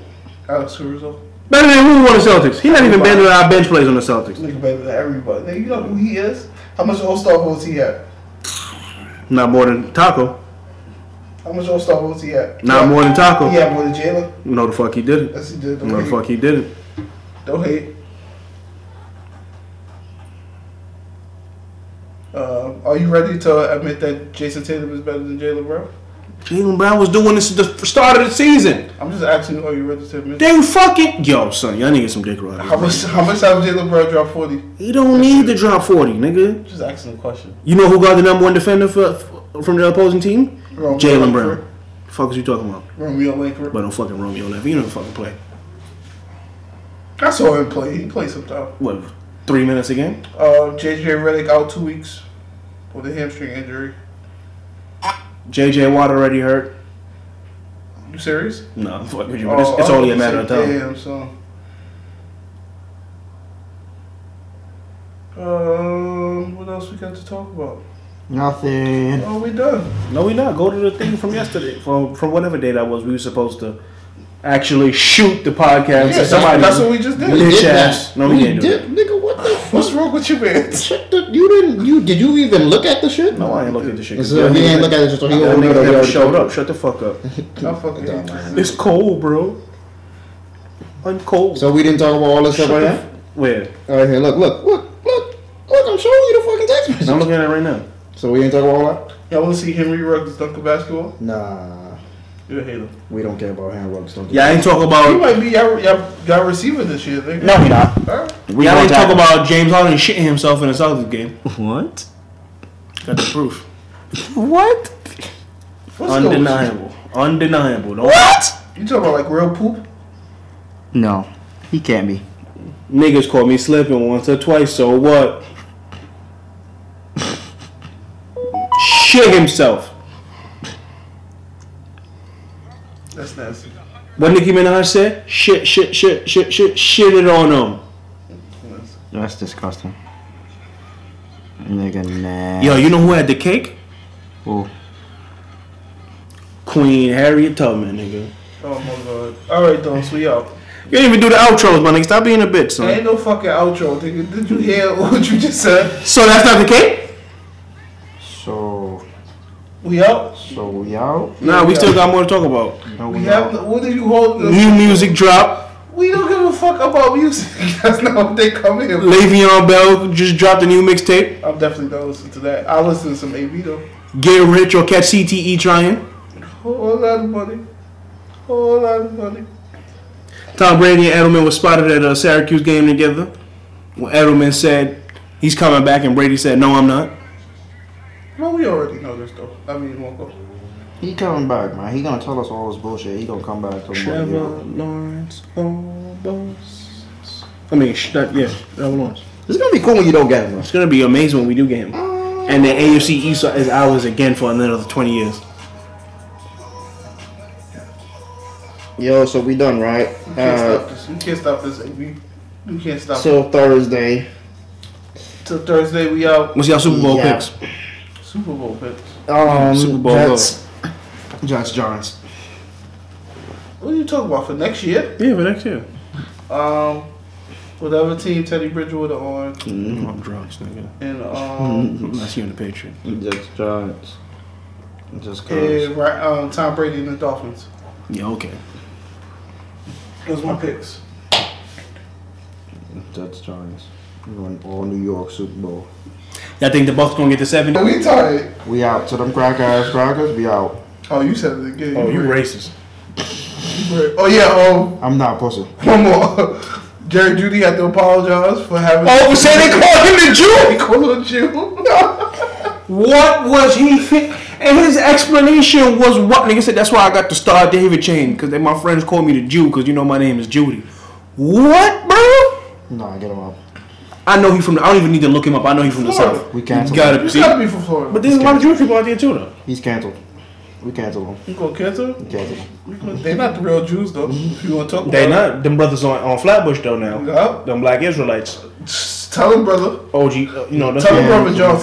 S1: Alex Caruso,
S2: Better than who on the Celtics? He not even better than our bench players on the Celtics.
S1: nigga, better than everybody. Nigga, you know who he is? How much All Star votes he at?
S2: Not more than Taco.
S1: How much All Star votes he at?
S2: Not more than Taco.
S1: Yeah, more than Jalen.
S2: No, the fuck he didn't.
S1: Yes, he did. Don't
S2: No, the
S1: hate.
S2: fuck he didn't.
S1: Don't hate. Um, are you ready to admit that Jason Tatum is better than Jalen Brown?
S2: Jalen Brown was doing this at the start of the season.
S1: I'm just asking. you, Are you ready to admit?
S2: They were fucking yo, son. Y'all need some dick
S1: How
S2: riders.
S1: much? How much have Jalen Brown dropped forty?
S2: He don't need to drop forty, nigga.
S1: Just asking a question.
S2: You know who got the number one defender for, from the opposing team?
S1: Romeo
S2: Jalen
S1: Langford.
S2: Brown. Fuck is you talking about?
S1: Romeo Langford.
S2: But don't fucking Romeo Levy. You don't fucking play.
S1: I saw him play. He played sometime.
S2: What? Three minutes a game?
S1: Uh, JJ Redick out two weeks with a hamstring injury.
S2: JJ Watt already hurt.
S1: You serious?
S2: No, fuck with you. But it's, it's only a matter of time.
S1: Oh, Damn, son. Um, what else we got to talk about?
S3: Nothing.
S1: Oh, we done.
S2: No, we not. Go to the thing from yesterday, from from whatever day that was. We were supposed to actually shoot the podcast.
S1: Yeah, that's,
S2: Somebody-
S1: that's what we just did.
S2: Bitch
S3: did
S2: ass. No, we didn't do
S3: did, nigga. What the
S1: What's
S3: fuck?
S1: wrong with you, man?
S3: Shit, the- You didn't. You did you even look at the shit?
S2: No, I ain't looking at the shit.
S3: So he ain't look at it. So he
S2: That
S3: don't know
S2: nigga
S3: that
S2: never
S3: we
S2: showed
S3: already-
S2: up. Shut the fuck up.
S1: I fucking hate this.
S2: It's cold, bro. I'm cold.
S3: So we didn't talk about all this stuff right now.
S2: Where?
S3: All right, here. Look, look, look, look, look. I'm showing you the fucking text message.
S2: I'm looking at it right now.
S3: So we ain't talking about all that.
S1: Y'all want to see Henry Ruggs dunk a basketball?
S3: Nah,
S1: You hate him.
S3: we don't care about hand rugs. Don't
S2: Yeah, I ain't talk
S1: He
S2: about.
S1: might be y'all, y'all, y'all receiver this year, nigga.
S3: we not.
S1: Huh?
S3: We
S2: Y'all ain't talk about James Harden shitting himself in a Celtics game.
S3: what?
S2: Got the proof.
S3: What?
S1: What's going on?
S2: Undeniable. Undeniable. Don't what?
S1: You talking about like real poop?
S3: No, he can't be.
S2: Niggas caught me slipping once or twice. So what? Shit himself.
S1: That's nasty.
S2: What Nicki Minaj said? Shit, shit, shit, shit, shit, shit it on him.
S3: That's disgusting. Nigga, nah.
S2: Yo, you know who had the cake?
S3: Who?
S2: Queen Harriet Tubman, nigga.
S1: Oh my god. All right, though, so we out.
S2: You didn't even do the outros, my nigga. Stop being a bitch, son.
S1: Ain't no fucking outro, nigga. Did you hear what you just said?
S2: So that's not the cake?
S3: So,
S1: We out.
S3: so y'all.
S2: Nah, we
S1: Yeah.
S2: still got more to talk about.
S3: No,
S1: We have. No, what did you hold?
S2: New music drop.
S1: We don't give a fuck about music. That's not what they come here. for.
S2: Le'Veon Bell just dropped a new mixtape.
S1: I'm definitely gonna listen to that. I listen to some AB though.
S2: Get rich or catch CTE trying.
S1: Whole lot of money. Whole lot of money.
S2: Tom Brady and Edelman were spotted at a Syracuse game together. When Edelman said he's coming back, and Brady said, "No, I'm not."
S1: Well, we already know this though. I mean, won't go.
S3: He coming back, man. He gonna tell us all this bullshit. He gonna come back to
S2: Trevor
S3: more.
S2: Lawrence oh, almost. I mean, sh- that, yeah, Trevor Lawrence.
S3: It's gonna be cool when you don't get him.
S2: It's gonna be amazing when we do get him. And the AFC East is ours again for another twenty years.
S3: Yo, so we done right.
S1: You can't
S3: Uh,
S1: stop this. You can't stop this. We, you can't stop. So,
S3: till Thursday.
S1: Till Thursday, we out.
S2: What's y'all Super Bowl
S3: Yeah.
S2: picks?
S1: Super Bowl picks.
S3: Um,
S2: Super Bowl
S3: Jets. Jets, Giants.
S1: What are you talking about for next year?
S2: Yeah, for next year.
S1: Um, whatever team Teddy Bridgewater on,
S2: No, Mm-hmm. I'm drugs, nigga.
S1: and um,
S2: Unless you're in the Patriot.
S3: Jets, Giants. Just cause.
S1: and right, um, Tom Brady and the Dolphins.
S2: Yeah, okay.
S1: Those my picks.
S3: Jets, Giants. We won all New York Super Bowl.
S2: Y'all think the Bucks gonna get to seventy?
S1: We tired.
S3: We out. To them crack ass crackers, we out.
S1: Oh, you said it again.
S2: Oh, you racist.
S1: right. Oh yeah. Oh,
S3: I'm not a pussy.
S1: one more. Jerry Judy had to apologize for having.
S2: Oh, say they call him the Jew.
S1: He called a Jew.
S2: What was he? And his explanation was what nigga said. That's why I got the Star David chain because my friends call me the Jew because you know my name is Judy. What, bro?
S3: Nah, get him out.
S2: I know he from. The, I don't even need to look him up. I know he from the
S1: Florida.
S2: south.
S3: We canceled
S2: You gotta
S1: You
S2: see.
S1: gotta be from Florida.
S2: But there's a lot of Jewish people out there too, though.
S3: He's canceled. We canceled him.
S1: you gonna cancel?
S3: We canceled him.
S1: They're not the real Jews though. If you wanna talk
S2: They
S1: about
S2: not. Them brothers on, on Flatbush though now.
S1: Yup.
S2: Them black Israelites.
S1: it. Tell him, brother.
S2: OG. uh, You know. that's
S1: Tell him,
S2: what-
S1: brother Johnson.